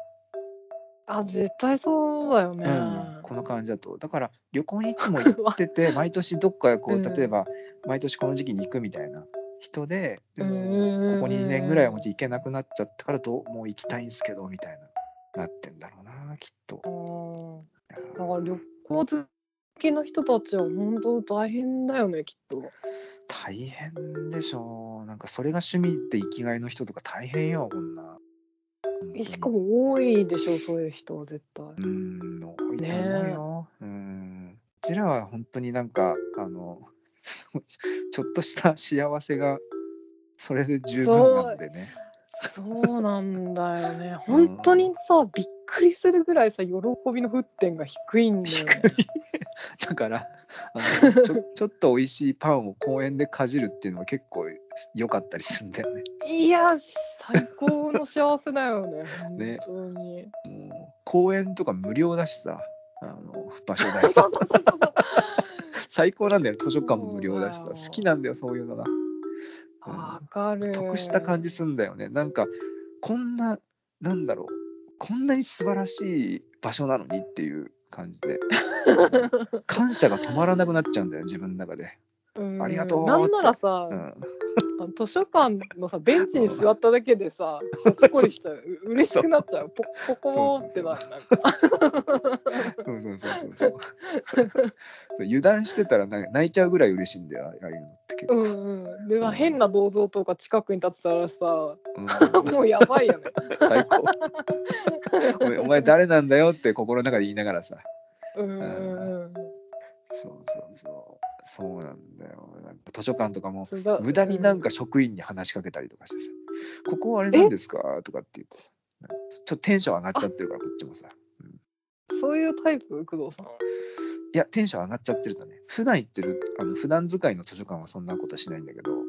Speaker 2: あ絶対そうだよね。
Speaker 1: うん、この感じだとだから旅行にい つも行ってて毎年どっかこ
Speaker 2: う
Speaker 1: うん例えば毎年この時期に行くみたいな人でで
Speaker 2: うん
Speaker 1: もここ2年ぐらいはもう行けなくなっちゃったからどうもう行きたいんですけどみたいななってんだろうなきっと。
Speaker 2: うんだから旅行好きの人たちは本当大変だよねきっと。
Speaker 1: 大変でしょうなんかそれが趣味で生きがいの人とか大変よこんな。本当
Speaker 2: え
Speaker 1: に
Speaker 2: しかも多いでしょそういう人は絶対。
Speaker 1: うん、多いと
Speaker 2: ね
Speaker 1: 思うよ。うん。うちらは本当になんか、あの、 ちょっとした幸せが、それで十分なのでね。
Speaker 2: そうなんだよね。
Speaker 1: うん
Speaker 2: 本当にさ、びっくりするぐらいさ、喜びの沸点が低いんだよね。
Speaker 1: だから、 あのちょちょっと美味しいパンを公園でかじるっていうのは結構良かったりするんだよね。
Speaker 2: いや、最高の幸せだよね。
Speaker 1: ね
Speaker 2: 本当 に。
Speaker 1: もう公園とか無料だしさ、あの場所
Speaker 2: そ
Speaker 1: 代
Speaker 2: うそうそうそうそう。
Speaker 1: 最高なんだよ。図書館も無料だしさ、
Speaker 2: そうだよ
Speaker 1: 好きなんだよ、そういうのが。うん
Speaker 2: わかる。
Speaker 1: 得した感じすんだよね。なんかこんななんだろうこんなに素晴らしい場所なのにっていう感じ で感謝が止まらなくなっちゃうんだよ自分の中で。
Speaker 2: うん
Speaker 1: ありがとう
Speaker 2: なんならさ、
Speaker 1: うん、
Speaker 2: あの図書館のさベンチに座っただけ でさほっこりしちゃうう嬉しくなっちゃうポポコーってなるなんか
Speaker 1: そうそうそうそうそうそう油断してたらなんか泣いちゃうぐらい嬉しいんだよああいうのって結
Speaker 2: う
Speaker 1: 構、
Speaker 2: んうんでまあ変な銅像とか近くに立ってたら さ
Speaker 1: うん
Speaker 2: もうやばいよね
Speaker 1: 最高お前お前誰なんだよって心の中で言いながらさ
Speaker 2: うんうんうん
Speaker 1: そうそうそうそうなんだよなんか図書館とかも
Speaker 2: そうだ
Speaker 1: 無駄になんか職員に話しかけたりとかしてさ「ここあれなんですか?」とかって言ってさなんかちょっとテンション上がっちゃってるからこっちもさ
Speaker 2: そういうタイプ工藤さん
Speaker 1: いやテンション上がっちゃってるんだね普段行ってるあの普段使いの図書館はそんなことしないんだけどなんか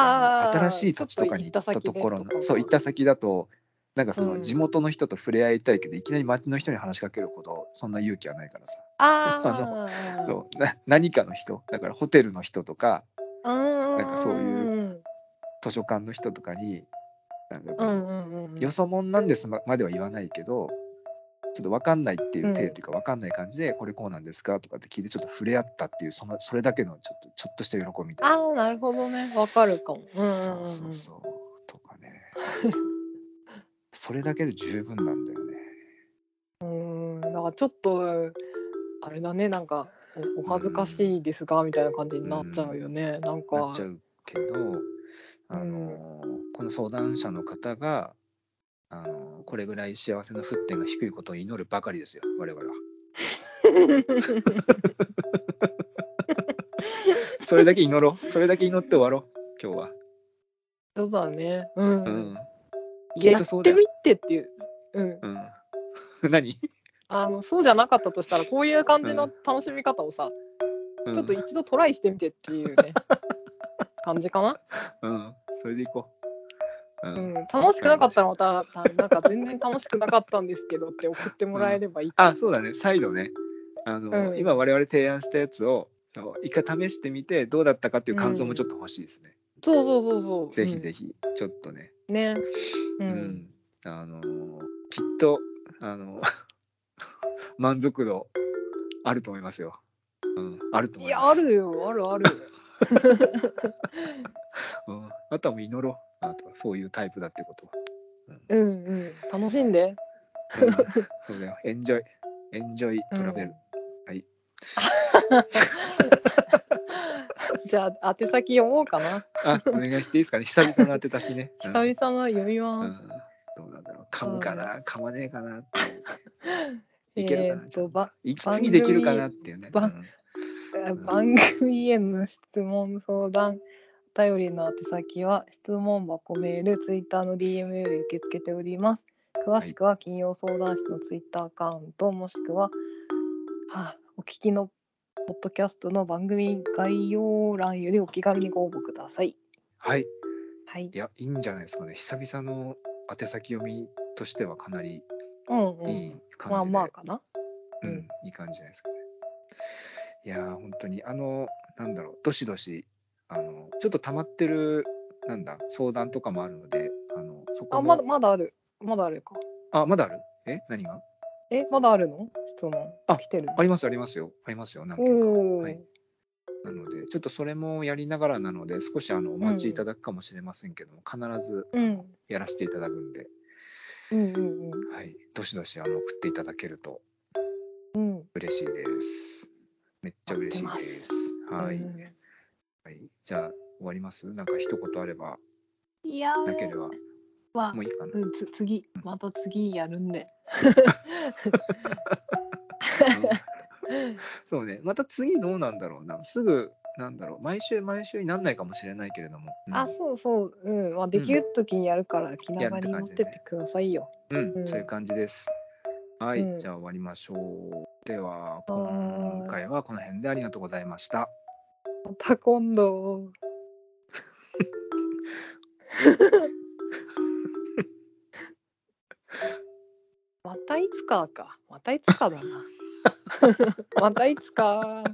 Speaker 1: あ
Speaker 2: あ
Speaker 1: の
Speaker 2: ー
Speaker 1: 新しい土地とかに行った
Speaker 2: ちょっと行
Speaker 1: と
Speaker 2: った先で
Speaker 1: ころ
Speaker 2: とか
Speaker 1: のそう行った先だとなんかその
Speaker 2: うん
Speaker 1: 地元の人と触れ合いたいけど、いきなり町の人に話しかけるほどそんな勇気はないからさ、
Speaker 2: ああ
Speaker 1: そうな何かの人だからホテルの人とか
Speaker 2: なん
Speaker 1: かそういう
Speaker 2: う
Speaker 1: 図書館の人とかになんかやっぱ
Speaker 2: う
Speaker 1: り
Speaker 2: んうんうん
Speaker 1: よそもんなんですままでは言わないけどちょっと分かんないっていう体
Speaker 2: うん
Speaker 1: っていうか分かんない感じでこれこうなんですかとかって聞いてちょっと触れ合ったっていうそのそれだけのちょっとちょっとした喜びみたい
Speaker 2: あ
Speaker 1: な。
Speaker 2: あなるほどねわかるかもうんう
Speaker 1: そ
Speaker 2: ん
Speaker 1: う
Speaker 2: うん
Speaker 1: そうそうとかねそれだけで十分なんだよね。
Speaker 2: うんうんなんかちょっとあれだねなんかおお恥ずかしいですがみたいな感じになっちゃうよねなん
Speaker 1: な
Speaker 2: か
Speaker 1: っちゃうけどあのこの相談者の方があのこれぐらい幸せの沸点が低いことを祈るばかりですよ我々は。それだけ祈ろうそれだけ祈って終わろう今日は。
Speaker 2: そうだねうん、
Speaker 1: うんきっ
Speaker 2: や
Speaker 1: と
Speaker 2: っ
Speaker 1: そうだ
Speaker 2: て
Speaker 1: よ
Speaker 2: みてっていううん
Speaker 1: うん、 何、
Speaker 2: あのそうじゃなかったとしたらこういう感じの楽しみ方をさ、
Speaker 1: うん
Speaker 2: ちょっと一度トライしてみてっていう ね感じかな、
Speaker 1: うん、それでいこう。う、
Speaker 2: うんん、楽しくなかったらまたたなんか全然楽しくなかったんですけどって送ってもらえればいいか
Speaker 1: あ、そうだね、再度ね。あの、
Speaker 2: うん
Speaker 1: 今我々提案したやつを、そう一回試してみて、どうだったかっていう感想もちょっと欲しいですね。
Speaker 2: そうそうそうそう
Speaker 1: ぜひぜ
Speaker 2: ひ、
Speaker 1: ひ、ちょっとね。
Speaker 2: うんねう、
Speaker 1: うんん、あのーきっと、あの 満足度あると思いますよ。うん、あると
Speaker 2: い
Speaker 1: 思います。
Speaker 2: やあるよあるある
Speaker 1: うん、あとはもう祈ろう。あとはそういうタイプだってことは。
Speaker 2: うんうん楽しんで
Speaker 1: うん、そうだよ。エンジョイ。エンジョイトラベル。はい。
Speaker 2: じゃあ宛先読もうかな
Speaker 1: あ、お願いしていいですかね。久々の当てたきね。
Speaker 2: 久々の読み
Speaker 1: う
Speaker 2: ま
Speaker 1: ん
Speaker 2: す、
Speaker 1: どうなんだろう。噛むかな、噛まねえかな。いける
Speaker 2: え
Speaker 1: かな
Speaker 2: ー、とば
Speaker 1: 息継ぎできるかなっていうね。
Speaker 2: 番
Speaker 1: うんん
Speaker 2: 番組への質問相談お便りの宛先は質問箱メールツイッターの DM より受け付けております詳しくは金曜相談室のツイッターアカウントもしくは、はあ、お聞きのポッドキャストの番組概要欄よりお気軽にご応募ください
Speaker 1: はい。
Speaker 2: はい
Speaker 1: いや、いいんじゃないですかね。久々の宛先読みとしてはかなり
Speaker 2: うんう
Speaker 1: い
Speaker 2: ん
Speaker 1: い感
Speaker 2: まあ
Speaker 1: じで。
Speaker 2: まあかな
Speaker 1: う
Speaker 2: うん
Speaker 1: ん、いい感じじゃないですかね。いやー、本当に、あの、なんだろう、どしどし、あの、ちょっと溜まってる、なんだ、相談とかもあるので、あの、そこ
Speaker 2: あ
Speaker 1: の
Speaker 2: まだまだあるまだあるか
Speaker 1: あ、まだあるえ何が
Speaker 2: えまだあるの質問
Speaker 1: あ
Speaker 2: 来てるの
Speaker 1: ありますありますよ。ありますよ。何件か。
Speaker 2: おお、
Speaker 1: はいなので、ちょっとそれもやりながらなので、少しあのお待ちいただくかもしれませんけども、必ず
Speaker 2: うん
Speaker 1: やらせていただくんで、
Speaker 2: うんうん
Speaker 1: はい、どしどしあの送っていただけると
Speaker 2: うんうん
Speaker 1: 嬉しいです。めっちゃ嬉しいです。はい、
Speaker 2: うん
Speaker 1: はい。じゃあ、終わりますなんか一言あれば、
Speaker 2: いや
Speaker 1: なければ、
Speaker 2: は
Speaker 1: もういい かな。
Speaker 2: うん、つ次また次やるんで。
Speaker 1: うんそうね、また次どうなんだろうな。すぐ、なんだろう、毎週毎週になんないかもしれないけれども。うん
Speaker 2: あそうそううんまあできる時にやるから気長に持ってってくださいよ。
Speaker 1: うん、
Speaker 2: うん
Speaker 1: そういう感じです。はい、
Speaker 2: うん
Speaker 1: じゃあ終わりましょう。では、
Speaker 2: はーい
Speaker 1: 今回はこの辺でありがとうございました。
Speaker 2: また今度。またいつかか。またいつかだな。またいつか。